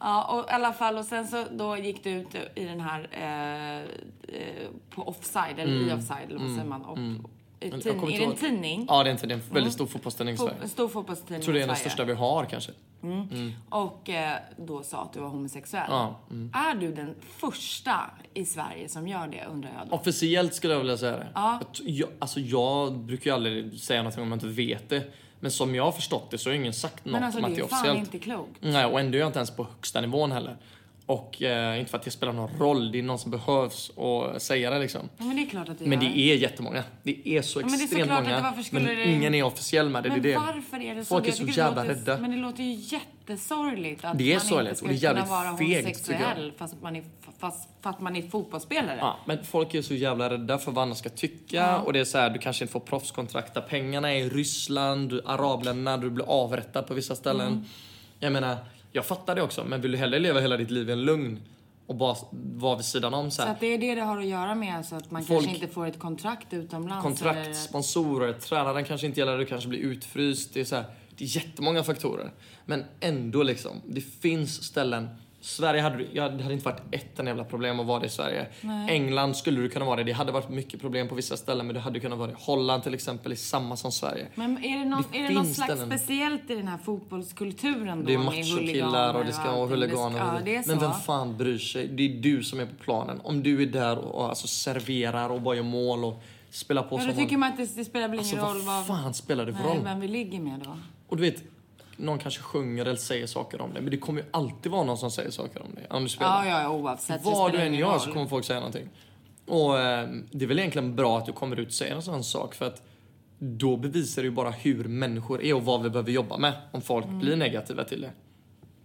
Speaker 3: Ja, och i alla fall och sen så då gick du ut i den här eh, eh, på offside eller i offside eller vad säger man? Och, i
Speaker 4: Mm. Jag
Speaker 3: tidning,
Speaker 4: kommer
Speaker 3: är
Speaker 4: inte
Speaker 3: det en
Speaker 4: ihåg.
Speaker 3: tidning?
Speaker 4: Ja, det är inte det. är en väldigt stor fotbollstidning i
Speaker 3: Fo-
Speaker 4: Sverige.
Speaker 3: en
Speaker 4: Jag
Speaker 3: stor fotbollstidning
Speaker 4: tror det är den
Speaker 3: i Sverige.
Speaker 4: största vi har kanske.
Speaker 3: Och eh, då sa att du var homosexuell.
Speaker 4: Ja, mm.
Speaker 3: Är du den första i Sverige som gör det undrar jag då?
Speaker 4: Officiellt skulle jag vilja säga det. Jag, t- jag, alltså jag brukar ju aldrig säga någonting om jag inte vet det. Men som jag har förstått det så har ingen sagt något
Speaker 3: Men alltså
Speaker 4: om
Speaker 3: det är
Speaker 4: att det är
Speaker 3: ju fan
Speaker 4: officiellt. Mm.
Speaker 3: inte klokt.
Speaker 4: Nej, och ändå är jag inte ens på högsta nivån heller. Och eh, inte för att det spelar någon roll, det är någon som behövs att säga det liksom.
Speaker 3: Ja, men det är klart att Mm, det
Speaker 4: Men det
Speaker 3: gör.
Speaker 4: är jättemånga. Det är så
Speaker 3: men det är
Speaker 4: extremt
Speaker 3: såklart att
Speaker 4: många.
Speaker 3: det- varför skulle
Speaker 4: men
Speaker 3: det-
Speaker 4: ingen är officiell med det.
Speaker 3: Men
Speaker 4: det är det.
Speaker 3: varför är det så?
Speaker 4: Folk är
Speaker 3: Jag
Speaker 4: så
Speaker 3: tycker det
Speaker 4: jävla
Speaker 3: låter,
Speaker 4: rädda.
Speaker 3: Men det låter ju jätte jättesorgligt att
Speaker 5: Det är
Speaker 3: man
Speaker 5: sorgligt,
Speaker 3: inte
Speaker 5: och det är
Speaker 3: ska kunna
Speaker 5: jävligt
Speaker 3: vara
Speaker 5: fegt, tycker jag.
Speaker 3: homosexuell fast man är, fast, för att man är fotbollsspelare.
Speaker 4: Ja, men folk är så jävla rädda för vad andra ska tycka och det är så här, du kanske inte får proffskontrakt där pengarna är i Ryssland, du- arabländerna, du blir avrättad på vissa ställen.
Speaker 3: Mm.
Speaker 4: Jag menar, jag fattar det också, men vill du hellre leva hela ditt liv i en lugn och bara s- vara vid sidan om så
Speaker 3: Så
Speaker 4: här?
Speaker 3: att det är det det har att göra med, alltså att man
Speaker 4: Folk-
Speaker 3: kanske inte får ett kontrakt utomlands.
Speaker 4: kontrakt,
Speaker 3: eller-
Speaker 4: sponsorer, tränaren kanske inte gillar det, du kanske blir utfryst. Det är, så här, det är jättemånga faktorer. Men ändå liksom, det finns ställen. Sverige hade, du- ja, det hade inte varit ett en jävla problem att vara det i Sverige. England skulle du kunna vara det. Det hade varit mycket problem på vissa ställen men du hade kunnat vara det. Holland till exempel är samma som Sverige.
Speaker 3: Men är det, någon,
Speaker 4: Det
Speaker 3: är det någon
Speaker 4: finns
Speaker 3: slags
Speaker 4: ställen.
Speaker 3: speciellt i den här fotbollskulturen då?
Speaker 4: Det är
Speaker 3: med
Speaker 4: machokillar
Speaker 3: huliganer
Speaker 4: och det ska vara
Speaker 3: allting?
Speaker 4: huliganer.
Speaker 3: Ja, det är så.
Speaker 4: men vem fan bryr sig? Det är du som är på planen. Om du är där och, och alltså, serverar och bara gör mål och spelar på
Speaker 3: Ja, då
Speaker 4: som
Speaker 3: tycker
Speaker 4: vanligt.
Speaker 3: man att det, det spelar väl
Speaker 4: Alltså
Speaker 3: ingen roll
Speaker 4: vad fan spelar det för
Speaker 3: Nej,
Speaker 4: roll?
Speaker 3: vem vi ligger med då.
Speaker 4: Och du vet, någon kanske sjunger eller säger saker om det. Men det kommer ju alltid vara någon som säger saker om det. Om du spelar.
Speaker 3: Ja, ja, ja, oavsett. det
Speaker 4: Vad du
Speaker 3: spelar
Speaker 4: än
Speaker 3: ingen
Speaker 4: gör
Speaker 3: roll.
Speaker 4: så kommer folk säga någonting. Och eh, det är väl egentligen bra att du kommer ut och säger en sån sak. För att då bevisar du ju bara hur människor är och vad vi behöver jobba med. Om folk blir negativa till det.
Speaker 3: Mm.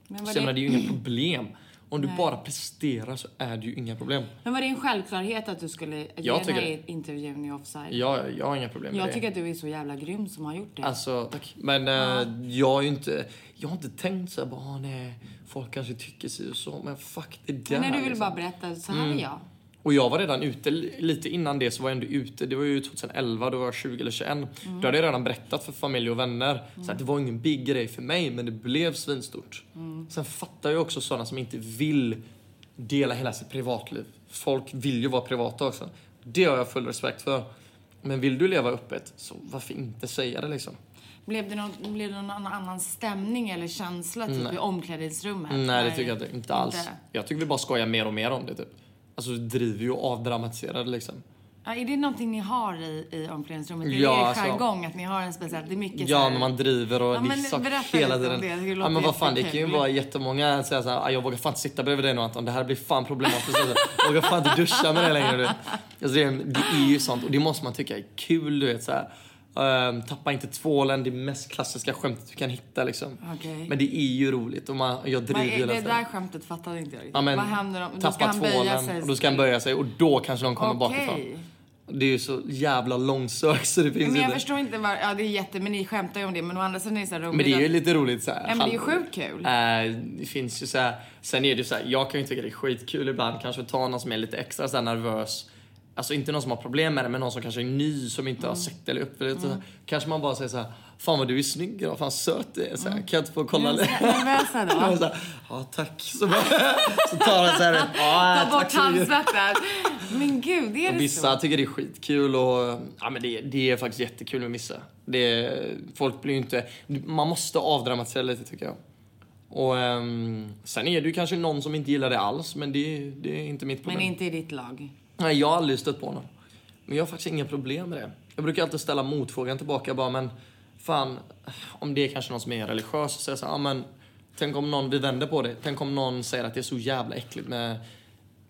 Speaker 3: Men
Speaker 4: Så
Speaker 3: var,
Speaker 4: jag menar,
Speaker 3: det,
Speaker 4: det är ju inga problem. Om du bara presterar så är det ju inga problem.
Speaker 3: men var det en självklarhet att du skulle
Speaker 4: Jag
Speaker 3: ge den
Speaker 4: tycker
Speaker 3: här intervjun i offside?
Speaker 4: Jag, jag har inga problem med
Speaker 3: jag
Speaker 4: det.
Speaker 3: tycker att du är så jävla grym som har gjort det.
Speaker 4: Alltså, tack. Men eh, jag har ju inte, jag har inte tänkt så här, bara, "Ah, nej, folk kanske tycker si och så, men fuck det där.
Speaker 3: men när du vill
Speaker 4: liksom.
Speaker 3: bara berätta, så här är jag.
Speaker 4: Och jag var redan ute, li- lite innan det så var jag ändå ute, det var ju 2011, då var jag 20 eller 21.
Speaker 3: Mm.
Speaker 4: Då hade jag redan berättat för familj och vänner. Så att det var ingen big grej för mig, men det blev svinstort.
Speaker 3: Mm.
Speaker 4: Sen fattar jag också sådana som inte vill dela hela sitt privatliv. Folk vill ju vara privata också. Det har jag full respekt för. Men vill du leva öppet, så varför inte säga det liksom?
Speaker 3: Blev det någon, blev det någon annan stämning eller känsla typ, i omklädningsrummet?
Speaker 4: Nej, det tycker jag inte. Inte alls.
Speaker 3: Inte?
Speaker 4: Jag tycker vi bara skojar mer och mer om det typ. Alltså vi driver ju och avdramatiserar det liksom.
Speaker 3: Ja, är det någonting ni har i, i omklädningsrummet? Är
Speaker 4: Ja,
Speaker 3: det er
Speaker 4: alltså-
Speaker 3: jargong att ni har en speciell? Det är mycket så
Speaker 4: Ja,
Speaker 3: här-
Speaker 4: när man driver och
Speaker 3: Ja, men
Speaker 4: dissar
Speaker 3: berätta
Speaker 4: hela
Speaker 3: lite om
Speaker 4: tiden.
Speaker 3: det. Det
Speaker 4: ja,
Speaker 3: låter
Speaker 4: men vad fan, det kan ju
Speaker 3: jättekul.
Speaker 4: vara jättemånga som säger såhär, "Ah, jag vågar fan inte sitta bredvid dig nu Anton, det här blir fan problematiskt. Alltså, jag vågar fan inte duscha med dig längre. Du. vet. Alltså, det, är, det är ju sånt och det måste man tycka är kul, du vet såhär. Ehm, tappa inte tvålen, det mest klassiska skämtet du kan hitta liksom.
Speaker 3: Okej.
Speaker 4: Men det är ju roligt och man, jag driver
Speaker 3: Men
Speaker 4: hela
Speaker 3: det
Speaker 4: tiden.
Speaker 3: där skämtet fattade inte jag riktigt.
Speaker 4: Ja, men,
Speaker 3: Vad händer om... Då ska
Speaker 4: tappa
Speaker 3: han böja
Speaker 4: tvålen
Speaker 3: sig.
Speaker 4: och då ska han böja sig och då kanske någon kommer
Speaker 3: Okej.
Speaker 4: bakifrån. Det är ju så jävla långsökt så det finns
Speaker 3: Men jag
Speaker 4: inte.
Speaker 3: förstår inte var... Ja, det är jätte... Men ni skämtar ju om det. Men å andra sidan är det så här roligt
Speaker 4: Men det är ju
Speaker 3: att-
Speaker 4: lite roligt så här.
Speaker 3: Ja, men det är ju
Speaker 4: halv-
Speaker 3: sjukt kul.
Speaker 4: Eh, det finns ju så här. Sen är det ju så här, jag kan ju tycka det är skitkul ibland kanske att ta någon som är lite extra så här nervös. Alltså inte någon som har problem med det, men någon som kanske är ny som inte
Speaker 3: Mm.
Speaker 4: har sett eller upplevt det. Kanske man bara säger så här, fan vad du är snygg idag, fan söt du är. Så här,
Speaker 3: Mm.
Speaker 4: Kan jag inte få kolla lite? <laughs>
Speaker 3: Nervösa
Speaker 4: Och
Speaker 3: då?
Speaker 4: så här, Ja, tack. Så, bara, <laughs> så tar han så här, ja,
Speaker 3: Ta
Speaker 4: tack
Speaker 3: bort
Speaker 4: så mycket.
Speaker 3: handsvetten. Men gud, är
Speaker 4: Och
Speaker 3: det
Speaker 4: vissa
Speaker 3: så?
Speaker 4: tycker det är skitkul och ja, men det, det är faktiskt jättekul med vissa. Det, folk blir ju inte... Man måste avdramatisera lite tycker jag. Och ehm, sen är det ju kanske någon som inte gillar det alls men det, det är inte mitt problem.
Speaker 3: Men inte i ditt lag.
Speaker 4: Nej, jag har aldrig stött på någon. Men jag har faktiskt inga problem med det. Jag brukar alltid ställa motfrågan tillbaka bara, men fan, om det är kanske någon som är religiös så säger jag så här, ah, men tänk om någon, vi vänder på det, tänk om någon säger att det är så jävla äckligt med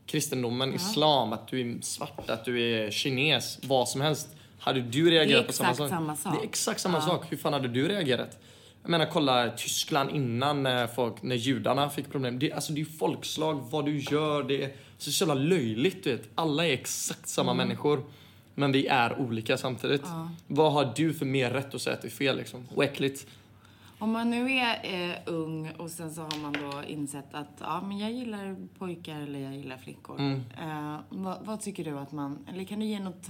Speaker 4: kristendomen, islam, att du är svart, att du är kines, vad som helst. Hade du reagerat på samma
Speaker 3: exakt
Speaker 4: sak?
Speaker 3: samma sak.
Speaker 4: Det är exakt samma sak. Hur fan hade du reagerat? Jag menar kolla Tyskland innan när, folk, när judarna fick problem. Det, alltså, det är ju folkslag, vad du gör. Det är så jävla löjligt. Du vet. Alla är exakt samma
Speaker 3: Mm.
Speaker 4: människor. Men vi är olika samtidigt. Vad har du för mer rätt att säga att det är fel liksom? Och äckligt.
Speaker 3: Om man nu är eh, ung och sen så har man då insett att ja, men jag gillar pojkar eller jag gillar flickor.
Speaker 4: Mm.
Speaker 3: Eh, vad, vad tycker du att man... Eller kan du ge något,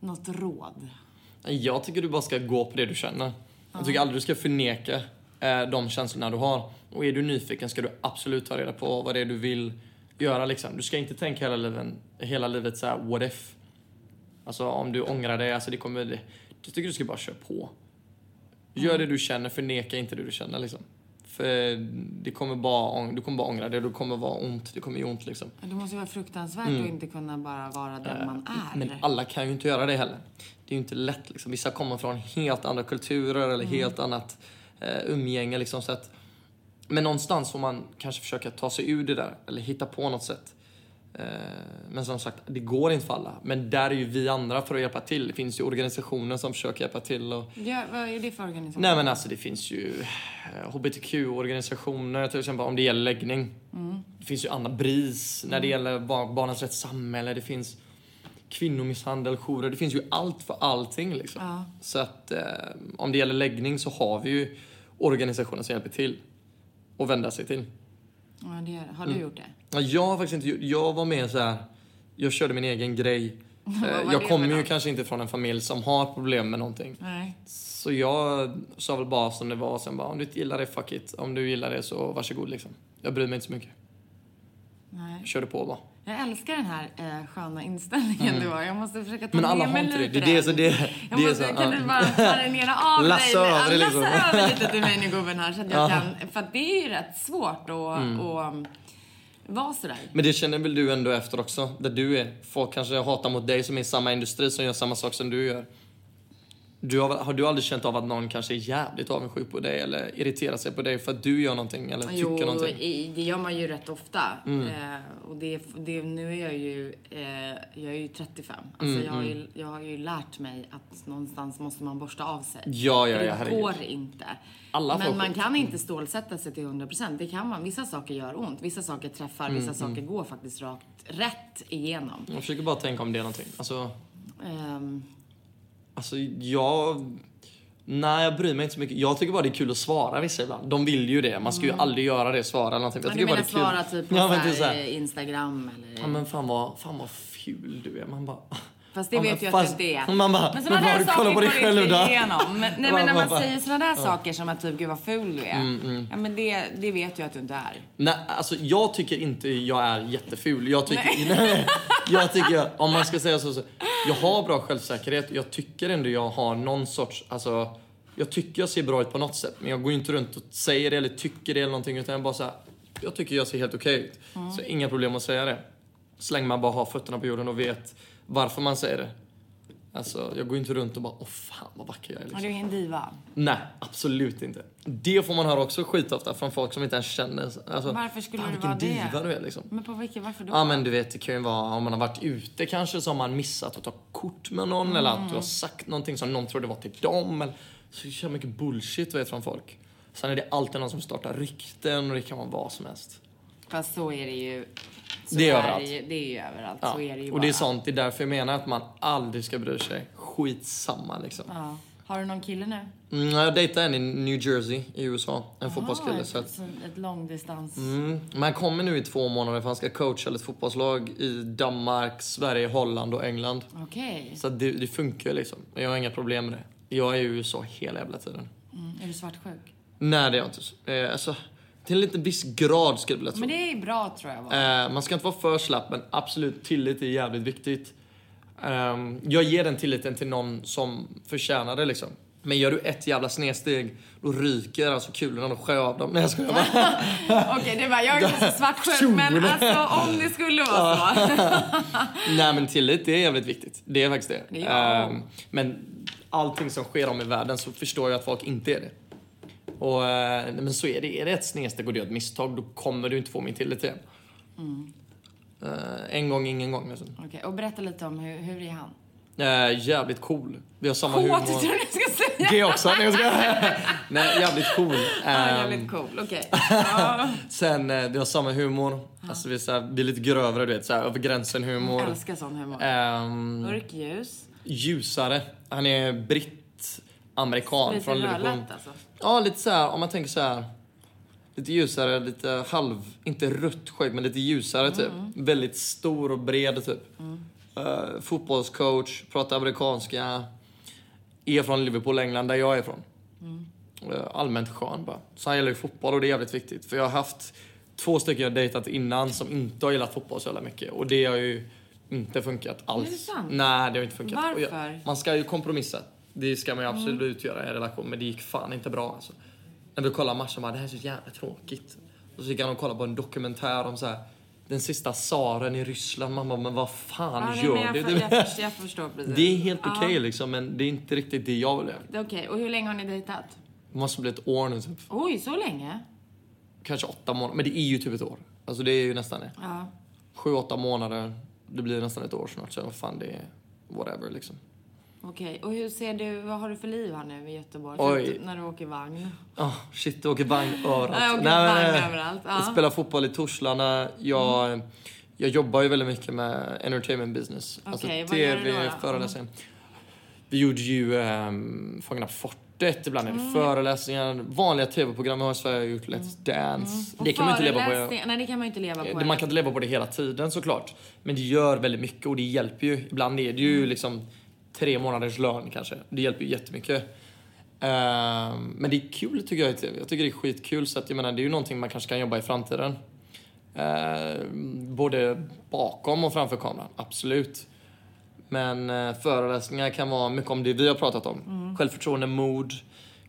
Speaker 3: något råd?
Speaker 4: Jag tycker du bara ska gå på det du känner. Jag tycker aldrig du ska förneka eh, de känslorna du har. Och är du nyfiken ska du absolut ta reda på vad det är du vill göra. Liksom. Du ska inte tänka hela, liven, hela livet så här: what if? Alltså om du ångrar dig, alltså det kommer... det- Jag tycker du ska bara köra på. Gör det du känner, förneka inte det du känner liksom. För det kommer bara, ång- du kommer bara ångra dig, det kommer vara ont, det kommer göra ont liksom.
Speaker 3: Det måste ju vara fruktansvärt att inte kunna bara vara den man är.
Speaker 4: Mm. Eh, Men alla kan ju inte göra det heller. Det är ju inte lätt. Liksom. Vissa kommer från helt andra kulturer eller
Speaker 3: Mm.
Speaker 4: helt annat eh, umgänge. Liksom, så att, men någonstans får man kanske försöka ta sig ur det där eller hitta på något sätt. Eh, Men som sagt, det går inte för alla. Men där är ju vi andra för att hjälpa till. Det finns ju organisationer som försöker hjälpa till. Och...
Speaker 3: Ja, vad är det för organisation?
Speaker 4: Nej men alltså det finns ju eh, hbtq-organisationer till exempel om det gäller läggning. Det finns ju Anna BRIS när det gäller bar- barnens rätt samhälle. Det finns kvinnomisshandel, jourer. Det finns ju allt för allting liksom. Så att eh, om det gäller läggning så har vi ju organisationer som hjälper till. Och vända sig till.
Speaker 3: Ja, det gör, har du
Speaker 4: Mm.
Speaker 3: gjort det?
Speaker 4: Ja, Jag har faktiskt inte gjort- Jag var mer så här. Jag körde min egen grej. Eh,
Speaker 3: var
Speaker 4: Jag
Speaker 3: det
Speaker 4: kommer
Speaker 3: för
Speaker 4: ju
Speaker 3: något?
Speaker 4: kanske inte från en familj som har problem med någonting.
Speaker 3: Nej.
Speaker 4: Så jag sa väl bara som det var och sen bara om du inte gillar det, fuck it. Om du gillar det så varsågod liksom. Jag bryr mig inte så mycket.
Speaker 3: Nej.
Speaker 4: Jag körde på bara.
Speaker 3: Jag älskar den här eh, sköna inställningen du har. Jag måste försöka ta
Speaker 4: Mm. Men alla
Speaker 3: med
Speaker 4: har
Speaker 3: mig
Speaker 4: inte det.
Speaker 3: lite
Speaker 4: Det är det
Speaker 3: där.
Speaker 4: som- det-
Speaker 3: jag
Speaker 4: det är
Speaker 3: måste,
Speaker 4: så-
Speaker 3: Kan
Speaker 4: ja. <laughs>
Speaker 3: du bara marinera av dig?
Speaker 4: Lassa över
Speaker 3: Ja,
Speaker 4: det
Speaker 3: Lassa
Speaker 4: liksom.
Speaker 3: över
Speaker 4: <laughs>
Speaker 3: lite till mig nu gubben här så att jag kan. För att det är ju rätt svårt att
Speaker 4: Mm.
Speaker 3: att vara sådär.
Speaker 4: Men det känner väl du ändå efter också? Där du är. Folk kanske hatar mot dig som är i samma industri som gör samma sak som du gör. Du har, väl- har du aldrig känt av att någon kanske är jävligt avundsjuk på dig eller irriterar sig på dig för att du gör någonting eller
Speaker 3: Jo,
Speaker 4: tycker någonting? Mm.
Speaker 3: i- det gör man ju rätt ofta. Eh, och det, det, nu är jag ju, eh, jag är ju 35. Alltså
Speaker 4: Mm,
Speaker 3: jag, har ju, jag har ju lärt mig att någonstans måste man borsta av sig.
Speaker 4: Ja, ja, ja,
Speaker 3: det
Speaker 4: herregud.
Speaker 3: går inte.
Speaker 4: Alla får
Speaker 3: Men man
Speaker 4: skit. Mm.
Speaker 3: kan inte stålsätta sig till 100%. Det kan man. Vissa saker gör ont, vissa saker träffar,
Speaker 4: Mm,
Speaker 3: vissa saker går faktiskt rakt rätt igenom.
Speaker 4: Jag försöker bara tänka om det är någonting. Alltså,
Speaker 3: Ehm,
Speaker 4: Alltså jag... Nej, jag bryr mig inte så mycket. Jag tycker bara det är kul att svara vissa ibland. De vill ju det. Man ska ju aldrig göra det, svara eller någonting. Jag
Speaker 3: men Mm. du
Speaker 4: tycker bara
Speaker 3: menar
Speaker 4: det
Speaker 3: svara
Speaker 4: är kul.
Speaker 3: typ på
Speaker 4: ja, men
Speaker 3: så här,
Speaker 4: typ så här.
Speaker 3: eh, Instagram eller...
Speaker 4: Ja, men fan vad, fan vad ful du är. Man bara...
Speaker 3: Fast det
Speaker 4: Ja, men
Speaker 3: vet jag
Speaker 4: fast-
Speaker 3: att det inte är.
Speaker 4: Man <laughs> bara, men,
Speaker 3: men sådana där
Speaker 4: har du kollat
Speaker 3: saker
Speaker 4: på
Speaker 3: går
Speaker 4: dig
Speaker 3: inte
Speaker 4: själv då?
Speaker 3: igenom. Men, nej,
Speaker 4: <laughs> Man
Speaker 3: men när man
Speaker 4: bara- Mm,
Speaker 3: säger sådana där saker som att typ, gud vad ful du är. Ja, men det, det vet jag att du inte är.
Speaker 4: Nej, alltså jag tycker inte jag är jätteful. Jag tycker... <laughs> Nej. jag tycker, om man ska säga så, så. Jag har bra självsäkerhet. Jag tycker ändå jag har någon sorts, alltså. Jag tycker jag ser bra ut på något sätt. Men jag går ju inte runt och säger det eller tycker det eller någonting. Utan jag bara så här, jag tycker jag ser helt okej ut. Så inga problem att säga det. Så länge man bara har fötterna på jorden och vet varför man säger det. Alltså, jag går ju inte runt och bara, åh fan vad vacker jag
Speaker 3: Ja,
Speaker 4: är. Liksom.
Speaker 3: du är en diva.
Speaker 4: Nej, absolut inte. Det får man höra också skitofta från folk som inte ens känner. Alltså,
Speaker 3: Varför skulle
Speaker 4: "Fan,
Speaker 3: det
Speaker 4: vilken
Speaker 3: vara det?"
Speaker 4: diva du är liksom.
Speaker 3: Men på vilken, varför då?
Speaker 4: Ja men du vet, det kan ju vara om man har varit ute kanske så har man missat att ta kort med någon eller
Speaker 3: Mm.
Speaker 4: att du har sagt någonting som någon trodde var till dem. Eller, så jävla mycket bullshit du vet från folk. Sen är det alltid någon som startar rykten och det kan vara vad som helst.
Speaker 3: Fast så är det ju. Så
Speaker 4: Det är
Speaker 3: det,
Speaker 4: överallt.
Speaker 3: ju- det är ju överallt.
Speaker 4: Ja.
Speaker 3: Så är det ju
Speaker 4: och det är
Speaker 3: bara.
Speaker 4: sånt, det är därför jag menar att man aldrig ska bry sig. Skitsamma liksom.
Speaker 3: Ja. Har du någon kille nu?
Speaker 4: Mm, jag dejtade en i New Jersey i USA, en fotbollskille.
Speaker 3: ett,
Speaker 4: Så att, Mm.
Speaker 3: ett, liksom ett långdistans.
Speaker 4: man kommer nu i två månader för han ska coacha ett fotbollslag i Danmark, Sverige, Holland och England.
Speaker 3: Okej.
Speaker 4: Så att det, det funkar ju liksom. Jag har inga problem med det. Jag är i USA hela jävla tiden.
Speaker 3: Mm, Är du svartsjuk?
Speaker 4: Nej, det är jag inte. Eh, alltså, till en liten viss grad skulle jag vilja tro.
Speaker 3: Men det är bra tror jag. Bara.
Speaker 4: Eh, man ska inte vara för slapp, men absolut tillit är jävligt viktigt. Ehm, jag ger den tilliten till någon som förtjänar det liksom. Men gör du ett jävla snedsteg, då ryker alltså kulorna och skär av dem. Nej jag skojar bara.
Speaker 3: Okej, det var jag är inte så
Speaker 4: <laughs>
Speaker 3: svartsjuk men alltså om det skulle vara så.
Speaker 4: Nej men tillit, det är jävligt viktigt. Det är faktiskt det.
Speaker 3: Det är jag.
Speaker 4: Ehm, men allting som sker om i världen så förstår jag att folk inte är det. Och, eh, nej, men så är det. Är det ett snedsteg och du gör ett misstag, då kommer du inte få min tillit igen.
Speaker 3: Mm.
Speaker 4: Eh, en gång, ingen gång. Alltså.
Speaker 3: Okej, och berätta lite om hur, hur är han?
Speaker 4: Eh, jävligt cool. Vi har samma humor.
Speaker 3: Åh, tyckte du du skulle säga?
Speaker 4: Det också. Nej, jag
Speaker 3: <laughs>
Speaker 4: skojar. Nej, jävligt cool.
Speaker 3: Ja,
Speaker 4: Ehm,
Speaker 3: jävligt cool. Okej. Ja,
Speaker 4: sen, eh, vi har samma humor. Alltså, vi, är så här, vi är lite grövre, du vet. Så här, över gränsen-humor.
Speaker 3: jag älskar sån humor.
Speaker 4: Ehm,
Speaker 3: Mörk ljus.
Speaker 4: ljusare. Han är britt, amerikan
Speaker 3: Lite
Speaker 4: från Liverpool.
Speaker 3: rödlätt alltså.
Speaker 4: Ja, lite så här, om man tänker så här. Lite ljusare, lite halv, inte rött skägg, men lite ljusare typ.
Speaker 3: Mm.
Speaker 4: Väldigt stor och bred typ. Eh, fotbollscoach, pratar amerikanska. Är från Liverpool, England, där jag är ifrån.
Speaker 3: Mm.
Speaker 4: Eh, allmänt skön bara. Så han gillar ju fotboll och det är jävligt viktigt. För jag har haft två stycken jag dejtat innan som inte har gillat fotboll så jävla mycket. Och det har ju inte funkat alls.
Speaker 3: Är det sant?
Speaker 4: Nej, det har inte funkat. Och
Speaker 3: Varför? Mm.
Speaker 4: Jag, man ska ju kompromissa. Det ska man ju absolut göra i en relation. Men det gick fan inte bra alltså. När vi kollade matchen bara, det här är så jävla tråkigt. Och så gick han och kollade på en dokumentär om så här. Den sista tsaren i Ryssland. Man bara, men vad
Speaker 3: Ja,
Speaker 4: fan
Speaker 3: nej, men
Speaker 4: gör
Speaker 3: jag,
Speaker 4: du?
Speaker 3: för- jag,
Speaker 4: <laughs>
Speaker 3: förstår, jag förstår precis.
Speaker 4: Det är helt okej liksom, men det är inte riktigt det jag vill göra.
Speaker 3: Det är Okej, och hur länge har ni dejtat?
Speaker 4: Det måste bli ett år nu typ.
Speaker 3: Oj, så länge?
Speaker 4: kanske åtta månader. Men det är ju typ ett år. Alltså det är ju nästan det.
Speaker 3: Ja.
Speaker 4: sju, åtta månader. Det blir nästan ett år snart, så vad fan det är whatever liksom.
Speaker 3: Okej, och hur ser du, vad har du för liv här nu i Göteborg?
Speaker 4: Oj.
Speaker 3: Förutom När du åker vagn?
Speaker 4: Ah, shit, jag åker vagn överallt.
Speaker 3: Ja, jag åker vagn överallt, ja. Mm.
Speaker 4: Jag spelar fotboll i Torslanda. Jag, jag jobbar ju väldigt mycket med entertainment business. Alltså
Speaker 3: Okej, vad gör du då då?
Speaker 4: föreläsningar. Vi gjorde ju um, Fångarna på fortet, ibland är
Speaker 3: Mm.
Speaker 4: det föreläsningar. Vanliga tv-program vi har i Sverige har gjort Let's
Speaker 3: Mm.
Speaker 4: Dance. Det kan man ju inte leva på. Eh,
Speaker 3: Föreläsningar- Nej, det kan man ju inte leva på.
Speaker 4: Det, man kan inte leva på det hela tiden såklart. Men det gör väldigt mycket och det hjälper ju. Ibland är det ju liksom tre månaders lön kanske. Det hjälper ju jättemycket. Ehm, men det är kul tycker jag i TV. Jag tycker det är skitkul. Så att, jag menar, det är ju någonting man kanske kan jobba i framtiden. Ehm, både bakom och framför kameran, absolut. Men eh, föreläsningar kan vara mycket om det vi har pratat om. Självförtroende, mod,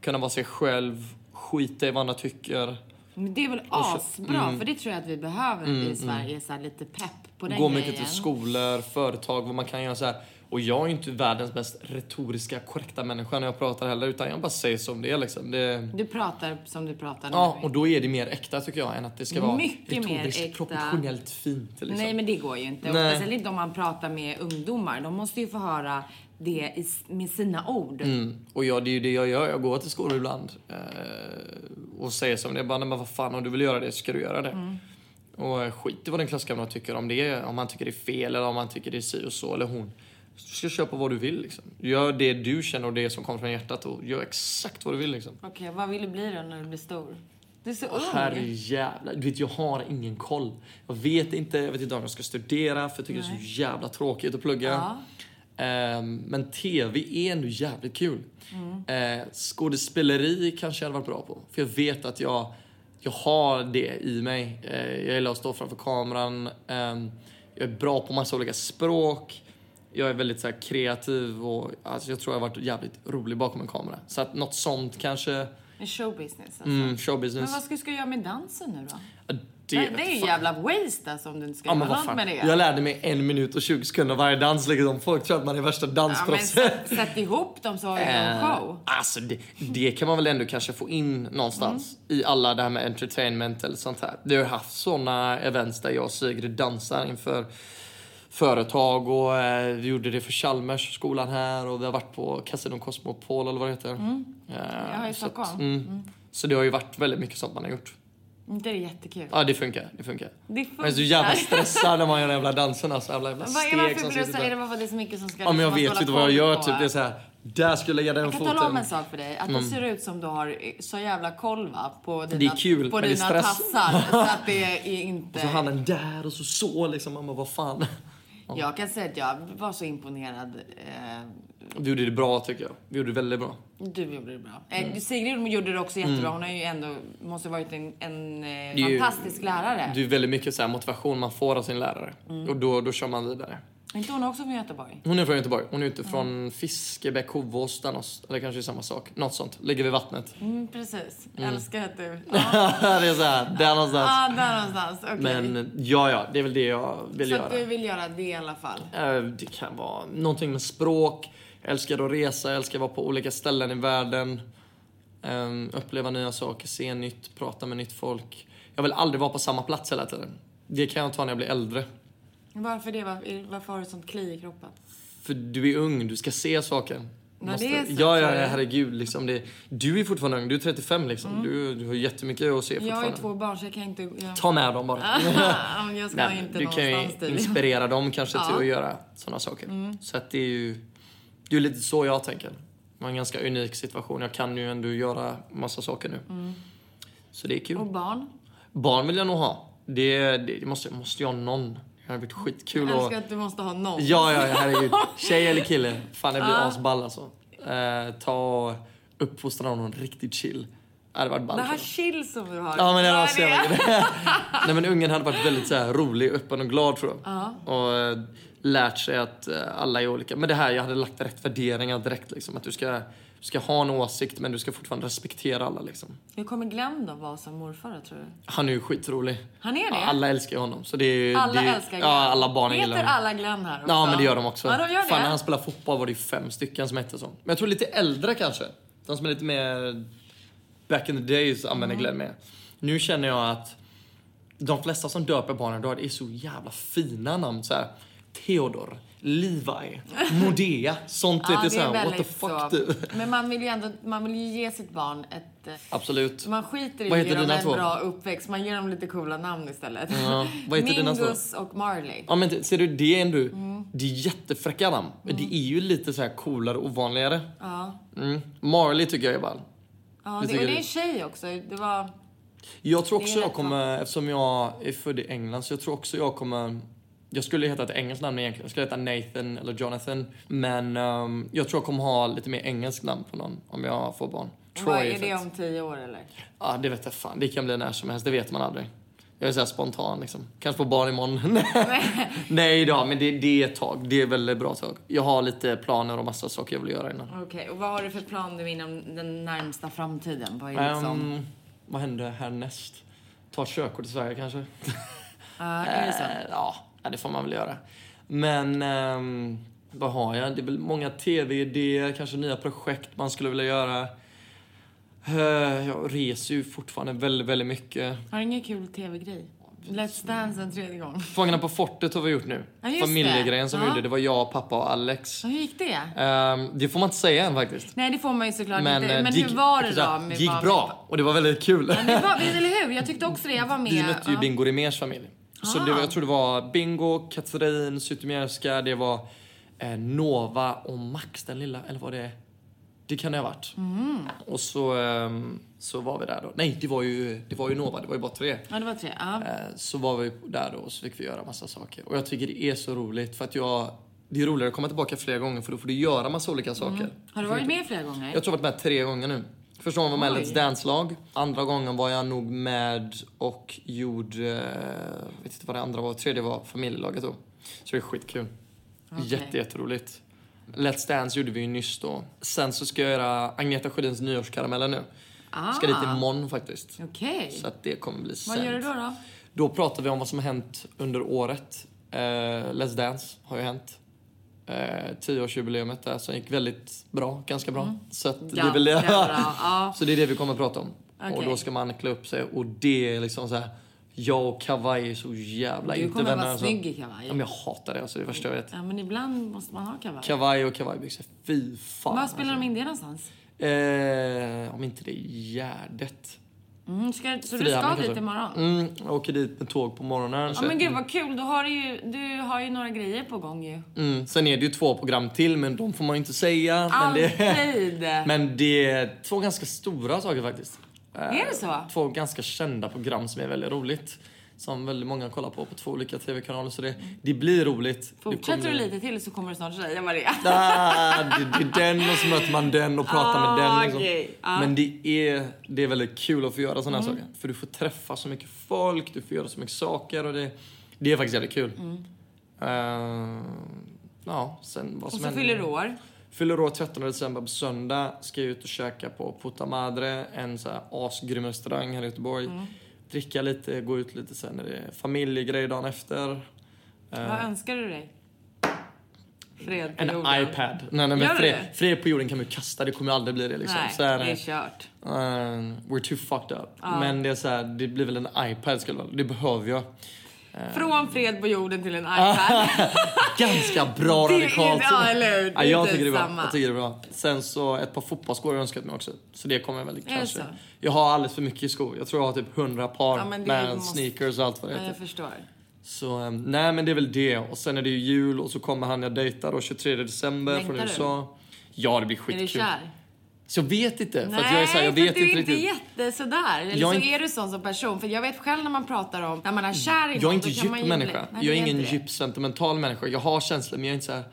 Speaker 4: kunna vara sig själv, skita i vad andra tycker.
Speaker 3: Men det är väl asbra,
Speaker 4: Mm.
Speaker 3: för det tror jag att vi behöver i Sverige. Så här, lite pepp på den
Speaker 4: Gå
Speaker 3: grejen.
Speaker 4: mycket till skolor, företag, vad man kan göra så här. Och jag är ju inte världens mest retoriska, korrekta människa när jag pratar heller, utan jag bara säger som det är liksom. Det...
Speaker 3: Du pratar som du pratar nu.
Speaker 4: Ja, och då är det mer äkta tycker jag, än att det ska vara
Speaker 3: Mycket mer
Speaker 4: retoriskt,
Speaker 3: äkta.
Speaker 4: proportionellt fint liksom.
Speaker 3: Nej, men det går ju inte. Och
Speaker 4: Nej.
Speaker 3: Speciellt inte om man pratar med ungdomar. De måste ju få höra det i, s- med sina ord.
Speaker 4: Och jag, det är ju det jag gör, jag går till skolor ibland eh, och säger som det är. Bara, nej, men vad fan, om du vill göra det, ska du göra det. Och eh, skit i vad din klasskamrat tycker om det, om han tycker det är fel eller om han tycker det är si och så eller hon. Du ska köpa vad du vill liksom. Gör det du känner och det som kommer från hjärtat och gör exakt vad du vill liksom.
Speaker 3: Okej, vad vill du bli då när du blir stor? Du är så ung.
Speaker 4: Herrejävlar. Du vet, jag har ingen koll. Jag vet inte, jag vet inte om jag ska studera för jag tycker det är så jävla tråkigt att plugga. Ehm, men TV är ändå jävligt kul.
Speaker 3: Mm.
Speaker 4: Eh, skådespeleri kanske jag hade varit bra på. För jag vet att jag, jag har det i mig. Eh, jag gillar att stå framför kameran. Ehm, jag är bra på massa olika språk. Jag är väldigt så här, kreativ och alltså, jag tror jag har varit jävligt rolig bakom en kamera. Så att något sånt kanske.
Speaker 3: Med showbusiness alltså.
Speaker 4: Mm, showbusiness.
Speaker 3: Men vad ska du göra med dansen nu då?
Speaker 4: Ja,
Speaker 3: Det,
Speaker 4: vet
Speaker 3: är ju
Speaker 4: fan.
Speaker 3: jävla waste alltså om du inte ska
Speaker 4: Ja, men
Speaker 3: göra
Speaker 4: vad
Speaker 3: något med
Speaker 4: fan.
Speaker 3: det.
Speaker 4: Jag lärde mig en minut och 20 sekunder varje dans. Liksom. Folk tror att man är värsta
Speaker 3: ja, men
Speaker 4: dansproffset.
Speaker 3: sätt, sätt ihop dem så har vi en
Speaker 4: <laughs>
Speaker 3: show.
Speaker 4: Alltså det, det kan man väl ändå kanske få in någonstans
Speaker 3: Mm.
Speaker 4: i alla det här med entertainment eller sånt här. Vi har ju haft såna events där jag och Sigrid dansar inför företag och eh, vi gjorde det för Chalmers skolan här och vi har varit på Casino Cosmopol eller vad det heter.
Speaker 3: Mm.
Speaker 4: Eh,
Speaker 3: Ja, i
Speaker 4: så, att,
Speaker 3: Stockholm.
Speaker 4: så det har ju varit väldigt mycket sånt man har gjort.
Speaker 3: Inte det är jättekul?
Speaker 4: Ja det funkar, det funkar.
Speaker 3: Det
Speaker 4: Man är så
Speaker 3: funkar.
Speaker 4: jävla stressad när man gör de jävla danserna. Så jävla, jävla
Speaker 3: Vad är
Speaker 4: steg
Speaker 3: varför
Speaker 4: som
Speaker 3: blir du
Speaker 4: sitter där.
Speaker 3: så- är det bara för att det är så mycket som ska
Speaker 4: Ja men jag
Speaker 3: liksom
Speaker 4: vet
Speaker 3: hålla
Speaker 4: ju inte vad jag
Speaker 3: koll
Speaker 4: gör
Speaker 3: på?
Speaker 4: typ. Det är så här. Där skulle jag lägga den
Speaker 3: Jag kan
Speaker 4: foten.
Speaker 3: tala om en sak för dig. Att det ser ut som du har så jävla koll va, på dina,
Speaker 4: Det är kul,
Speaker 3: på
Speaker 4: men det är
Speaker 3: dina
Speaker 4: stress.
Speaker 3: tassar.
Speaker 4: <laughs>
Speaker 3: Så att det är inte...
Speaker 4: Så handen där och så så liksom. Mamma vad fan.
Speaker 3: Jag kan säga att jag var så imponerad. Eh,
Speaker 4: Vi gjorde det bra tycker jag. Vi gjorde det väldigt bra.
Speaker 3: du gjorde det bra. Eh,
Speaker 4: Mm.
Speaker 3: Sigrid gjorde det också jättebra. Hon har ju ändå, måste ha varit en, en
Speaker 4: Det är
Speaker 3: eh,
Speaker 4: ju-
Speaker 3: fantastisk lärare.
Speaker 4: Det är väldigt mycket så här motivation man får av sin lärare.
Speaker 3: Mm.
Speaker 4: Och då, då kör man vidare.
Speaker 3: Är inte hon också från Göteborg?
Speaker 4: Hon är från Göteborg. Hon är ute från Fiskebäck, Hovås, där någonstans. Eller kanske samma sak. Något sånt. Ligger vid vattnet.
Speaker 3: Mm, precis. Älskar att du... Ja,
Speaker 4: <laughs> det är så här. Där någonstans.
Speaker 3: ah, där någonstans. Okej.
Speaker 4: Men ja, ja. Det är väl det jag vill
Speaker 3: Så
Speaker 4: göra.
Speaker 3: att du vill göra det i alla fall.
Speaker 4: Eh, Det kan vara någonting med språk. Jag älskar att resa, jag älskar att vara på olika ställen i världen. Ehm, Uppleva nya saker, se nytt, prata med nytt folk. Jag vill aldrig vara på samma plats hela tiden. Det kan jag ta när jag blir äldre.
Speaker 3: Varför det? Varför, är- varför har du sånt kli i kroppen?
Speaker 4: För du är ung, du ska se saker. Du
Speaker 3: Ja, det är så,
Speaker 4: ja, ja,
Speaker 3: tror jag. Mm.
Speaker 4: herregud. Liksom det, du är fortfarande ung, du är 35 liksom. Du, du har jättemycket att se
Speaker 3: Jag
Speaker 4: fortfarande.
Speaker 3: har ju två barn så jag kan inte... Jag,
Speaker 4: Ta med dem bara.
Speaker 3: <laughs> Ja, men jag ska
Speaker 4: Nej,
Speaker 3: inte
Speaker 4: du kan ju
Speaker 3: någonstans Mm. tydligen.
Speaker 4: inspirera dem kanske till att göra sådana saker. Så att det är ju det är ju lite så jag tänker. Det var en ganska unik situation. Jag kan ju ändå göra massa saker nu. Så det är kul.
Speaker 3: Mm. Och barn?
Speaker 4: Barn vill jag nog ha. Det, det, det måste, måste jag ha någon. Det har varit skitkul
Speaker 3: Jag
Speaker 4: att...
Speaker 3: älskar att du måste ha någon.
Speaker 4: Ja, ja, herregud. Tjej eller kille. Fan, det blir asball alltså. Eh, ta och uppfostra någon riktigt chill. Det hade varit ballt.
Speaker 3: Det här chill som du har.
Speaker 4: Ja men det
Speaker 3: Vad
Speaker 4: var
Speaker 3: är
Speaker 4: så jävla kul. <laughs> Nej men ungen hade varit väldigt så här rolig, öppen och glad tror jag. Och eh, lärt sig att eh, alla är olika. Men det här, jag hade lagt rätt värderingar direkt liksom. Att du ska, du ska ha en åsikt men du ska fortfarande respektera alla liksom.
Speaker 3: Hur kommer Glenn då vara som morfar då, tror du?
Speaker 4: Han är ju skitrolig.
Speaker 3: Han är det?
Speaker 4: Ja, alla älskar ju honom. Så det är,
Speaker 3: Alla
Speaker 4: det är,
Speaker 3: älskar Glenn.
Speaker 4: Ja, alla barnen
Speaker 3: Heter
Speaker 4: gillar honom.
Speaker 3: alla Glenn här också?
Speaker 4: Ja men det gör de också.
Speaker 3: Alltså, Ja, de gör
Speaker 4: Fan
Speaker 3: det?
Speaker 4: när han spelade fotboll var det ju fem stycken som hette så. Men jag tror lite äldre kanske. De som är lite
Speaker 3: Mm.
Speaker 4: mer back in the days använder Glenn med. Nu känner jag att de flesta som döper barnen idag, det är så jävla fina namn så här. Theodor,
Speaker 3: <laughs>
Speaker 4: Levi, Modea, sånt vet
Speaker 3: Ja,
Speaker 4: jag
Speaker 3: det är
Speaker 4: såhär, what the
Speaker 3: väldigt
Speaker 4: fuck
Speaker 3: så.
Speaker 4: typ.
Speaker 3: Men man vill ju ändå, man vill ju ge sitt barn ett... eh,
Speaker 4: <laughs> Absolut.
Speaker 3: Man skiter i
Speaker 4: Vad
Speaker 3: att ge
Speaker 4: heter
Speaker 3: dem
Speaker 4: dina
Speaker 3: en
Speaker 4: två?
Speaker 3: bra uppväxt, man ger dem lite coola namn istället.
Speaker 4: Ja, vad heter dina
Speaker 3: <laughs>
Speaker 4: två?
Speaker 3: Mingus och Marley.
Speaker 4: Ja men ser du, det är ändå,
Speaker 3: Mm.
Speaker 4: det är jättefräcka namn. Men Det är ju lite så här coolare och ovanligare. Mm. Marley tycker jag är ball.
Speaker 3: Ja,
Speaker 4: det
Speaker 3: det,
Speaker 4: tycker
Speaker 3: och det
Speaker 4: jag.
Speaker 3: är en tjej också. Det var...
Speaker 4: Jag tror också
Speaker 3: Det är
Speaker 4: jag
Speaker 3: rätt
Speaker 4: kommer, eftersom jag är född i England, så jag tror också jag kommer... Jag skulle heta ett engelskt namn egentligen. Jag skulle heta Nathan eller Jonathan. Men ehm, jag tror jag kommer ha lite mer engelskt namn på någon om jag får barn. Troy
Speaker 3: Vad är det
Speaker 4: fett.
Speaker 3: om tio år eller?
Speaker 4: Ja, det vet jag fan. Det kan bli när som helst. Det vet man aldrig. Jag är såhär spontan liksom. Kanske får
Speaker 3: <laughs>
Speaker 4: barn imorgon. Nej då, men det, det är ett tag. Det är väldigt bra tag. Jag har lite planer och massa saker jag vill göra innan.
Speaker 3: Okej, och vad har du för plan nu inom den närmsta framtiden? Vad är det liksom...
Speaker 4: Ehm, vad händer härnäst? Ta ett körkort i Sverige kanske?
Speaker 3: Ja, är det så?
Speaker 4: Eh, ja, ja, det får man väl göra. Men ehm, vad har jag? Det är väl många tv-idéer, kanske nya projekt man skulle vilja göra. Eh, jag reser ju fortfarande väldigt, väldigt mycket.
Speaker 3: Har du ingen kul tv-grej? Let's Dance en tredje gång.
Speaker 4: Fångarna på fortet har vi gjort nu.
Speaker 3: Ja, just det.
Speaker 4: Familjegrejen som vi
Speaker 3: Ja.
Speaker 4: gjorde, det var jag, pappa och Alex.
Speaker 3: Så hur gick det?
Speaker 4: Ehm, det får man inte säga än faktiskt.
Speaker 3: Eh, Nej, det får man ju såklart inte.
Speaker 4: eh,
Speaker 3: Men hur var det då?
Speaker 4: Det
Speaker 3: med-
Speaker 4: gick
Speaker 3: var-
Speaker 4: bra och det var väldigt kul.
Speaker 3: Det var, visst, eller hur? Jag tyckte också det. Jag var med.
Speaker 4: Vi mötte ju
Speaker 3: Ja. Ah.
Speaker 4: Bingo Rimérs familj. Så det var, jag tror det var Bingo, Katrin, Zytomierska, det var eh, Nova och Max den lilla, eller var det... Det kan det ha varit.
Speaker 3: Mm.
Speaker 4: Och så, ehm, så var vi där då. Nej, det var, ju, det var ju Nova, det var ju bara tre.
Speaker 3: Ja, det var tre. Ja.
Speaker 4: Eh, Så var vi där då och så fick vi göra massa saker. Och jag tycker det är så roligt för att jag... Det är roligare att komma tillbaka flera gånger för då får du göra massa olika saker.
Speaker 3: Har du varit med flera gånger?
Speaker 4: Jag tror jag varit med tre gånger nu. Första gången var jag med i Let's Dance-lag. Andra gången var jag nog med och gjorde... Jag vet inte vad det andra var. Tredje var familjelaget då. Så det är skitkul. Jätte, jätteroligt. Let's Dance gjorde vi ju nyss då. Sen så ska jag göra Agneta Sjödins nyårskarameller nu. Ska dit imorgon faktiskt.
Speaker 3: Ah. Okej.
Speaker 4: Så att det kommer bli
Speaker 3: Vad gör du
Speaker 4: sent.
Speaker 3: då? då?
Speaker 4: Då pratar vi om vad som har hänt under året. Eh, Let's Dance har ju hänt. Eh, Tioårsjubileumet där som gick väldigt bra, ganska bra. Så, att det är väl det.
Speaker 3: Ganska Mm.
Speaker 4: <laughs>
Speaker 3: bra, ja.
Speaker 4: så det är det vi kommer att prata om. Och
Speaker 3: Okej.
Speaker 4: då ska man klä upp sig och det är liksom så här. Jag och kavaj är så jävla
Speaker 3: Du
Speaker 4: inte
Speaker 3: kommer
Speaker 4: vänner.
Speaker 3: vara
Speaker 4: alltså.
Speaker 3: snygg i kavaj.
Speaker 4: Ja, men jag hatar det alltså, det är det värsta jag vet.
Speaker 3: Ja, men ibland måste man ha kavaj.
Speaker 4: Kavaj och kavajbyxor, fy fan. alltså.
Speaker 3: Var spelar de in det någonstans?
Speaker 4: Eh, om inte det är Gärdet.
Speaker 3: Mm, ska, så du ska
Speaker 4: Frihamnen kanske.
Speaker 3: dit imorgon?
Speaker 4: Mm, jag åker dit med tåg på morgonen.
Speaker 3: Ja, men gud vad kul. Du har, ju, du har ju några grejer på gång ju.
Speaker 4: Mm, sen är det ju två program till, men de får man ju inte säga. Men det, <laughs>
Speaker 3: Alltid!
Speaker 4: men det är två ganska stora saker faktiskt. Eh,
Speaker 3: Är det så?
Speaker 4: Två ganska kända program som är väldigt roligt. Som väldigt många kollar på, på två olika tv-kanaler. Så det, det blir roligt. Det
Speaker 3: Fortsätter
Speaker 4: kommer-
Speaker 3: du lite till så kommer du snart säga vad det är.
Speaker 4: Ah, det, det är den och så möter man den och pratar med den.
Speaker 3: Ah,
Speaker 4: Liksom.
Speaker 3: okej. Ah. Mm.
Speaker 4: Men det är, det är väldigt kul att få göra sådana här saker. För du får träffa så mycket folk, du får göra så mycket saker och det, det är faktiskt jävligt kul.
Speaker 3: Mm.
Speaker 4: Eh, ja, sen vad
Speaker 3: <laughs>
Speaker 4: som
Speaker 3: Och så
Speaker 4: händer-
Speaker 3: fyller du år.
Speaker 4: Fyller år 13 december på söndag. Ska ut och käka på Puta Madre, en så här asgrym restaurang här i Göteborg.
Speaker 3: Mm.
Speaker 4: Dricka lite, gå ut lite sen när det är familjegrej dagen efter.
Speaker 3: Vad önskar du dig? Fred på
Speaker 4: eh, En
Speaker 3: jorden.
Speaker 4: iPad.
Speaker 3: Gör
Speaker 4: Nej, nej, men
Speaker 3: du
Speaker 4: fred,
Speaker 3: det?
Speaker 4: fred på jorden kan man ju kasta, det kommer ju aldrig bli det liksom.
Speaker 3: Nej,
Speaker 4: så här,
Speaker 3: det är
Speaker 4: eh,
Speaker 3: kört.
Speaker 4: eh, we're too fucked up. Men det är så här, det blir väl en iPad skulle jag- Det behöver jag. eh.
Speaker 3: Från fred på jorden
Speaker 4: <laughs>
Speaker 3: till en iPad.
Speaker 4: Ganska
Speaker 3: <laughs>
Speaker 4: bra
Speaker 3: Det är-
Speaker 4: radikalt.
Speaker 3: ja, eller hur?
Speaker 4: ja,
Speaker 3: Det är
Speaker 4: jag
Speaker 3: inte
Speaker 4: tycker det är bra.
Speaker 3: samma.
Speaker 4: Jag tycker det är bra. Sen så ett par fotbollsskor har jag önskat mig också. Så det kommer jag väl
Speaker 3: det
Speaker 4: kanske.
Speaker 3: så?
Speaker 4: Jag har alldeles för mycket skor. Jag tror jag har typ 100 par
Speaker 3: Ja, men det
Speaker 4: med
Speaker 3: måste-
Speaker 4: sneakers och allt vad det
Speaker 3: ja,
Speaker 4: heter.
Speaker 3: jag förstår.
Speaker 4: Så eh, nej men det är väl det. Och sen är det ju jul och så kommer han jag dejtar då 23 december från
Speaker 3: Längtar du?
Speaker 4: USA. Ja det blir
Speaker 3: Är du
Speaker 4: skitkul.
Speaker 3: kär?
Speaker 4: Så jag vet inte. För
Speaker 3: Nej,
Speaker 4: att jag är så här, jag vet
Speaker 3: för att du
Speaker 4: inte
Speaker 3: är inte
Speaker 4: riktigt.
Speaker 3: jätte sådär. Eller
Speaker 4: Jag är
Speaker 3: så
Speaker 4: inte-
Speaker 3: är du sån som person. För jag vet själv när man pratar om när man är kär i någon,
Speaker 4: Jag är inte
Speaker 3: liksom. då kan
Speaker 4: djup
Speaker 3: man ju
Speaker 4: människa.
Speaker 3: bli- Nej, du
Speaker 4: jag är ingen
Speaker 3: inte det.
Speaker 4: djup sentimental människa. Jag har känslor men jag är inte så här.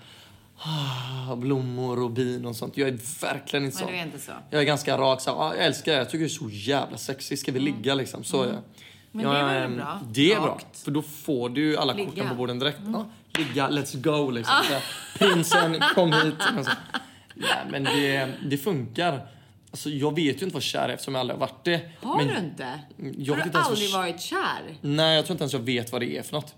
Speaker 4: Ah, blommor och bin och sånt. Jag är verkligen inte
Speaker 3: Men
Speaker 4: sån.
Speaker 3: du är inte så.
Speaker 4: Jag är ganska rak. Så, här, ah, jag älskar det. Jag tycker det är så jävla sexigt. Ska vi ligga liksom? Så är jag.
Speaker 3: Mm. Men
Speaker 4: jag,
Speaker 3: det är väl
Speaker 4: ehm,
Speaker 3: bra?
Speaker 4: Det är bra.
Speaker 3: Rakt.
Speaker 4: För då får du ju alla korten
Speaker 3: Ligga. Mm. Ah.
Speaker 4: på borden direkt. Ja, ligga, let's go liksom. Så här, Prinsen, kom hit. Och så. Nej, men det, det funkar. Alltså, jag vet ju inte vad kär är eftersom jag aldrig har varit det.
Speaker 3: Har
Speaker 4: men,
Speaker 3: du inte?
Speaker 4: jag vet
Speaker 3: har
Speaker 4: inte
Speaker 3: du
Speaker 4: ens vad
Speaker 3: aldrig
Speaker 4: kä-
Speaker 3: varit kär?
Speaker 4: Nej, jag tror inte ens jag vet vad det är för något.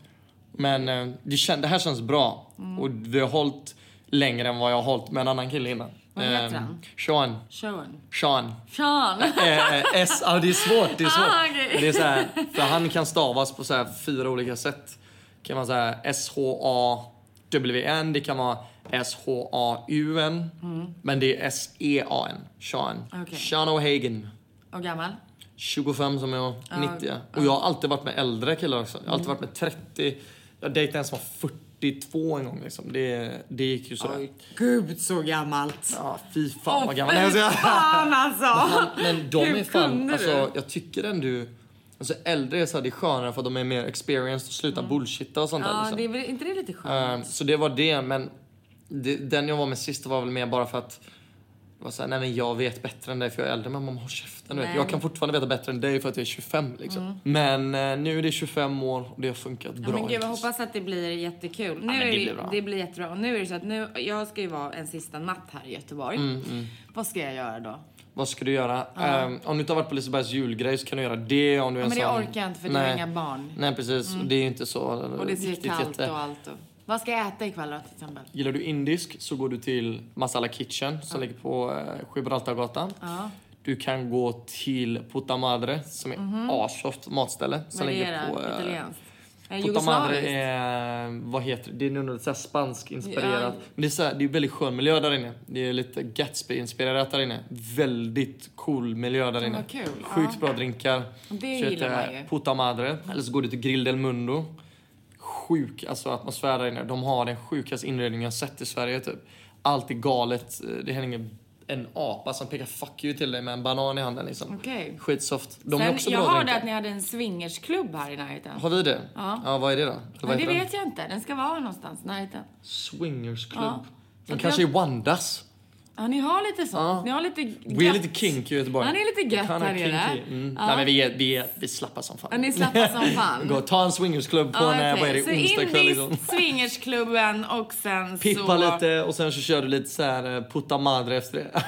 Speaker 4: Men
Speaker 3: Mm.
Speaker 4: eh, det, kän- det här känns bra. Och vi har hållit längre än vad jag har hållit med en annan kille innan.
Speaker 3: Vad heter
Speaker 4: Ehm,
Speaker 3: han?
Speaker 4: Sean.
Speaker 3: Showen.
Speaker 4: Sean.
Speaker 3: Sean!
Speaker 4: Eh, S, ja, det är svårt. Det är, svårt.
Speaker 3: Ah, okej.
Speaker 4: det är
Speaker 3: <laughs>
Speaker 4: så här, för han kan stavas på så här fyra olika sätt. Kan man säga S-H-A-W-N, det kan vara S-H-A-U-N. Men det är S-E-A-N. Sean.
Speaker 3: Mm. Okej.
Speaker 4: Sean O'Hagan.
Speaker 3: Och gammal?
Speaker 4: 25 som jag, 90. Och jag har alltid varit med äldre killar också. Jag har
Speaker 3: Mm.
Speaker 4: alltid varit med 30. Jag dejtade en som var 42 en gång liksom. Det, det gick ju sådär.
Speaker 3: Gud så gammalt!
Speaker 4: Ja, fy fan
Speaker 3: Åh,
Speaker 4: vad gammal.
Speaker 3: fy
Speaker 4: Nej, jag skojar.
Speaker 3: fan, alltså.
Speaker 4: <laughs> Men de
Speaker 3: Hur
Speaker 4: är fan,
Speaker 3: kunde
Speaker 4: alltså,
Speaker 3: du?
Speaker 4: jag tycker ändå... Alltså äldre är så här, det är skönare för att de är mer experienced och slutar bullshitta och sånt där.
Speaker 3: Mm. Ja,
Speaker 4: liksom.
Speaker 3: det är väl inte det lite skönt?
Speaker 4: Ehm, Så det var det, men det, den jag var med sist var väl mer bara för att det var såhär, nej men jag vet bättre än dig för jag är äldre. Men mamma håll käften du vet.
Speaker 3: Nej. Mm.
Speaker 4: Jag kan fortfarande veta bättre än dig för att jag är 25 liksom. Men eh, nu är det 25 år och det har funkat bra. liksom.
Speaker 3: Ja, men gud, jag
Speaker 4: hittills.
Speaker 3: hoppas att det blir jättekul. Nu
Speaker 4: men det
Speaker 3: är
Speaker 4: blir bra.
Speaker 3: det blir jättebra. Och nu är det så att nu, jag ska ju vara en sista natt här i Göteborg.
Speaker 4: Mm,
Speaker 3: Vad ska jag göra då?
Speaker 4: Vad ska du göra? Ehm, om du inte har varit på Lisebergs julgrej så kan du göra det. Om du är
Speaker 3: men
Speaker 4: en
Speaker 3: det
Speaker 4: sån-
Speaker 3: orkar jag inte, för du har
Speaker 4: Nej.
Speaker 3: inga barn. Mm.
Speaker 4: Nej precis, det är ju inte så
Speaker 3: Och det ser
Speaker 4: riktigt
Speaker 3: kallt
Speaker 4: jätte-
Speaker 3: och allt. Och... Vad ska jag äta ikväll då till exempel?
Speaker 4: Gillar du indisk så går du till Masala Kitchen som ligger på eh, Gibraltargatan. Du kan gå till Puta Madre som är assoft matställe. Som
Speaker 3: Vad är
Speaker 4: ligger
Speaker 3: det?
Speaker 4: på... eh,
Speaker 3: Italienskt? Eh,
Speaker 4: Puta Madre
Speaker 3: Jugoslaviskt?
Speaker 4: är... Vad heter det? Det är nog så här spansk-inspirerat.
Speaker 3: Ja.
Speaker 4: Men det är, så här, det är väldigt skön miljö där inne. Det är lite Gatsby-inspirerat där inne. Väldigt cool miljö där inne.
Speaker 3: vad kul.
Speaker 4: Sjukt
Speaker 3: Ja.
Speaker 4: bra drinkar.
Speaker 3: Det
Speaker 4: Så
Speaker 3: gillar
Speaker 4: heter
Speaker 3: man ju.
Speaker 4: Puta Madre. Eller så går du till Grill del Mundo sjuk alltså, atmosfär där inne. De har den sjukaste inredningen jag sett i Sverige. Typ. Allt är galet. Det hänger en apa som pekar 'fuck you' till dig med en banan i handen. Liksom.
Speaker 3: Okej.
Speaker 4: Skitsoft. De har också
Speaker 3: Sen, jag
Speaker 4: bra
Speaker 3: hörde
Speaker 4: drinkar.
Speaker 3: att ni hade en swingersklubb här i närheten.
Speaker 4: Har vi det? Ja. vad är det då? Eller vad
Speaker 3: Men det
Speaker 4: heter den?
Speaker 3: vet jag inte. Den ska vara någonstans i närheten.
Speaker 4: Swingersklubb.
Speaker 3: Ja.
Speaker 4: De
Speaker 3: Att
Speaker 4: kanske
Speaker 3: jag-
Speaker 4: är Wandas.
Speaker 3: Ja, ni har lite sånt. Ni har lite
Speaker 4: Vi är
Speaker 3: gött.
Speaker 4: lite kinky i Göteborg.
Speaker 3: Ja, ni är lite gött
Speaker 4: Kinda
Speaker 3: här nere.
Speaker 4: kinky. Mm.
Speaker 3: Ja.
Speaker 4: Nej men vi är, vi är, vi är slappa som fan.
Speaker 3: Ja, ni slappar som
Speaker 4: <laughs>
Speaker 3: fan.
Speaker 4: Gå, ta en swingersklubb på
Speaker 3: Ja,
Speaker 4: en, eh,
Speaker 3: okej.
Speaker 4: vad är det,
Speaker 3: så
Speaker 4: onsdag kväll liksom.
Speaker 3: indiskt, <laughs> swingersklubben och sen
Speaker 4: Pippa
Speaker 3: så...
Speaker 4: lite och sen så kör du lite så här eh, putta madre efter det. <laughs>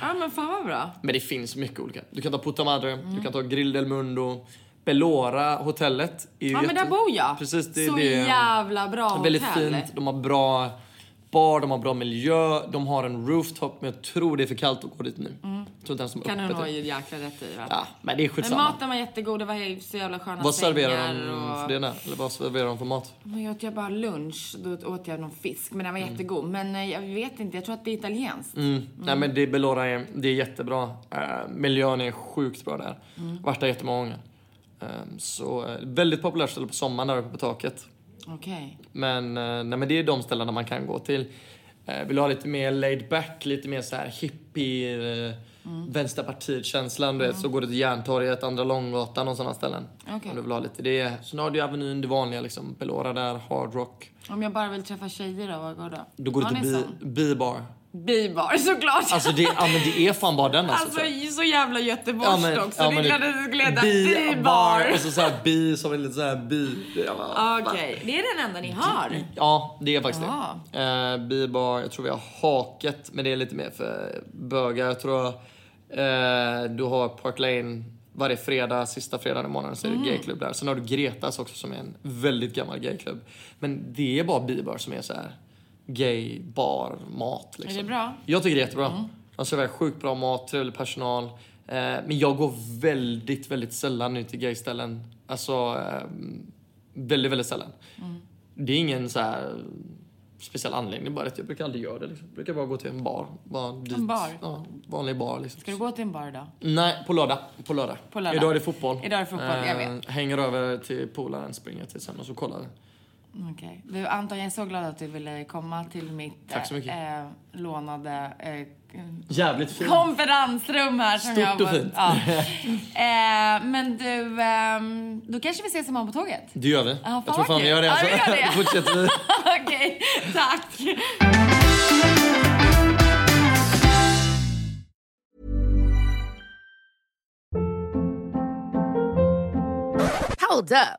Speaker 3: Ja men fan vad bra.
Speaker 4: Men det finns mycket olika. Du kan ta Puta Madre,
Speaker 3: Mm.
Speaker 4: du kan ta Grill del Mundo, Belora hotellet. Är ju
Speaker 3: Ja men
Speaker 4: jätte-
Speaker 3: där bor jag.
Speaker 4: Precis, det,
Speaker 3: så
Speaker 4: det är
Speaker 3: jävla bra hotell.
Speaker 4: väldigt fint. De har bra bar, de har bra miljö, de har en rooftop men jag tror det är för kallt att gå dit nu. Jag tror inte ens de
Speaker 3: Mm.
Speaker 4: är
Speaker 3: Kan du
Speaker 4: öppet
Speaker 3: ha
Speaker 4: än.
Speaker 3: ju jäkla rätt i va?
Speaker 4: Ja, men det är
Speaker 3: Men
Speaker 4: skitsamma.
Speaker 3: maten var jättig, det var ju så jävla sköna
Speaker 4: Vad serverar
Speaker 3: sängar
Speaker 4: de
Speaker 3: och...
Speaker 4: för det där? Eller vad serverar de för mat? Mm.
Speaker 3: Men jag åt jag bara lunch, då åt jag någon fisk. Men den var jättegod. Men eh, jag vet inte, jag tror att det är italienskt.
Speaker 4: Nej men det, Belora är, det är jättebra. Eh, miljön är sjukt bra där.
Speaker 3: Mm.
Speaker 4: Vart där jättemånga gånger. Eh, så eh, väldigt populärt ställe på sommaren där uppe på taket.
Speaker 3: Okej.
Speaker 4: Men, eh, nej, men det är de ställena man kan gå till. Eh, Vill du ha lite mer laid back, lite mer så här hippie, eh,
Speaker 3: Mm.
Speaker 4: vänsterpartiet-känslan du vet, så går du till Järntorget, Andra Långgatan och sådana ställen.
Speaker 3: Okej.
Speaker 4: Om du vill ha lite det. Sen har du ju Avenyn, det vanliga liksom. Belora där, Hard Rock.
Speaker 3: Om jag bara vill träffa tjejer då, vad går då?
Speaker 4: Då går du
Speaker 3: Har ni
Speaker 4: till
Speaker 3: sån?
Speaker 4: bi, B-bar.
Speaker 3: Bibar såklart.
Speaker 4: Alltså
Speaker 3: <laughs>
Speaker 4: det, ja, men det är fan bara den alltså.
Speaker 3: Alltså
Speaker 4: tror jag.
Speaker 3: så jävla göteborgskt också. det är klart att det skulle heta
Speaker 4: bi,
Speaker 3: bibar.
Speaker 4: bar. Och så såhär bi som är lite såhär bi. Jag bara,
Speaker 3: <laughs> Okej,
Speaker 4: fan.
Speaker 3: det är den enda ni har.
Speaker 4: Ja, det är faktiskt
Speaker 3: Jaha.
Speaker 4: det. Eh, bibar, jag tror vi har haket, men det är lite mer för bögar. Jag tror eh, du har Park Lane varje fredag, sista fredagen i månaden så är det
Speaker 3: Mm.
Speaker 4: gayklubb där. Sen har du Gretas också som är en väldigt gammal gayklubb. Men det är bara bibar som är så här gay, bar, mat. Liksom.
Speaker 3: Är det bra? Mm.
Speaker 4: Jag tycker det är jättebra. De serverar sjukt bra mat, trevlig personal. Eh, men jag går väldigt, väldigt sällan ut till gayställen. Alltså, eh, väldigt, väldigt sällan. Det är ingen så här eh, speciell anledning bara att jag brukar aldrig göra det. Liksom. Jag brukar bara gå till en bar. Bara dit.
Speaker 3: En bar?
Speaker 4: Ja, vanlig bar liksom.
Speaker 3: Ska du gå till en bar idag?
Speaker 4: Nej, på lördag. På lördag.
Speaker 3: På lördag.
Speaker 4: Idag är det fotboll. Eh,
Speaker 3: Idag är det fotboll, jag vet.
Speaker 4: Hänger över till polaren, springer tillsammans och kollar.
Speaker 3: Okej. Du Anton, jag är så glad att du ville komma till mitt
Speaker 4: Tack så mycket.
Speaker 3: Eh, lånade eh,
Speaker 4: Jävligt fint.
Speaker 3: konferensrum här. Som
Speaker 4: Stort
Speaker 3: jag
Speaker 4: och fint. <laughs>
Speaker 3: Ja. Eh, men du, ehm, då kanske vi ses imorgon på tåget?
Speaker 4: Det gör vi.
Speaker 3: fan
Speaker 4: jag tror
Speaker 3: vad
Speaker 4: fan vi
Speaker 3: kul.
Speaker 4: gör det.
Speaker 3: Ja,
Speaker 4: Alltså.
Speaker 3: vi gör det.
Speaker 4: fortsätter <laughs> vi.
Speaker 3: <laughs> Okej, tack.
Speaker 6: Hold up.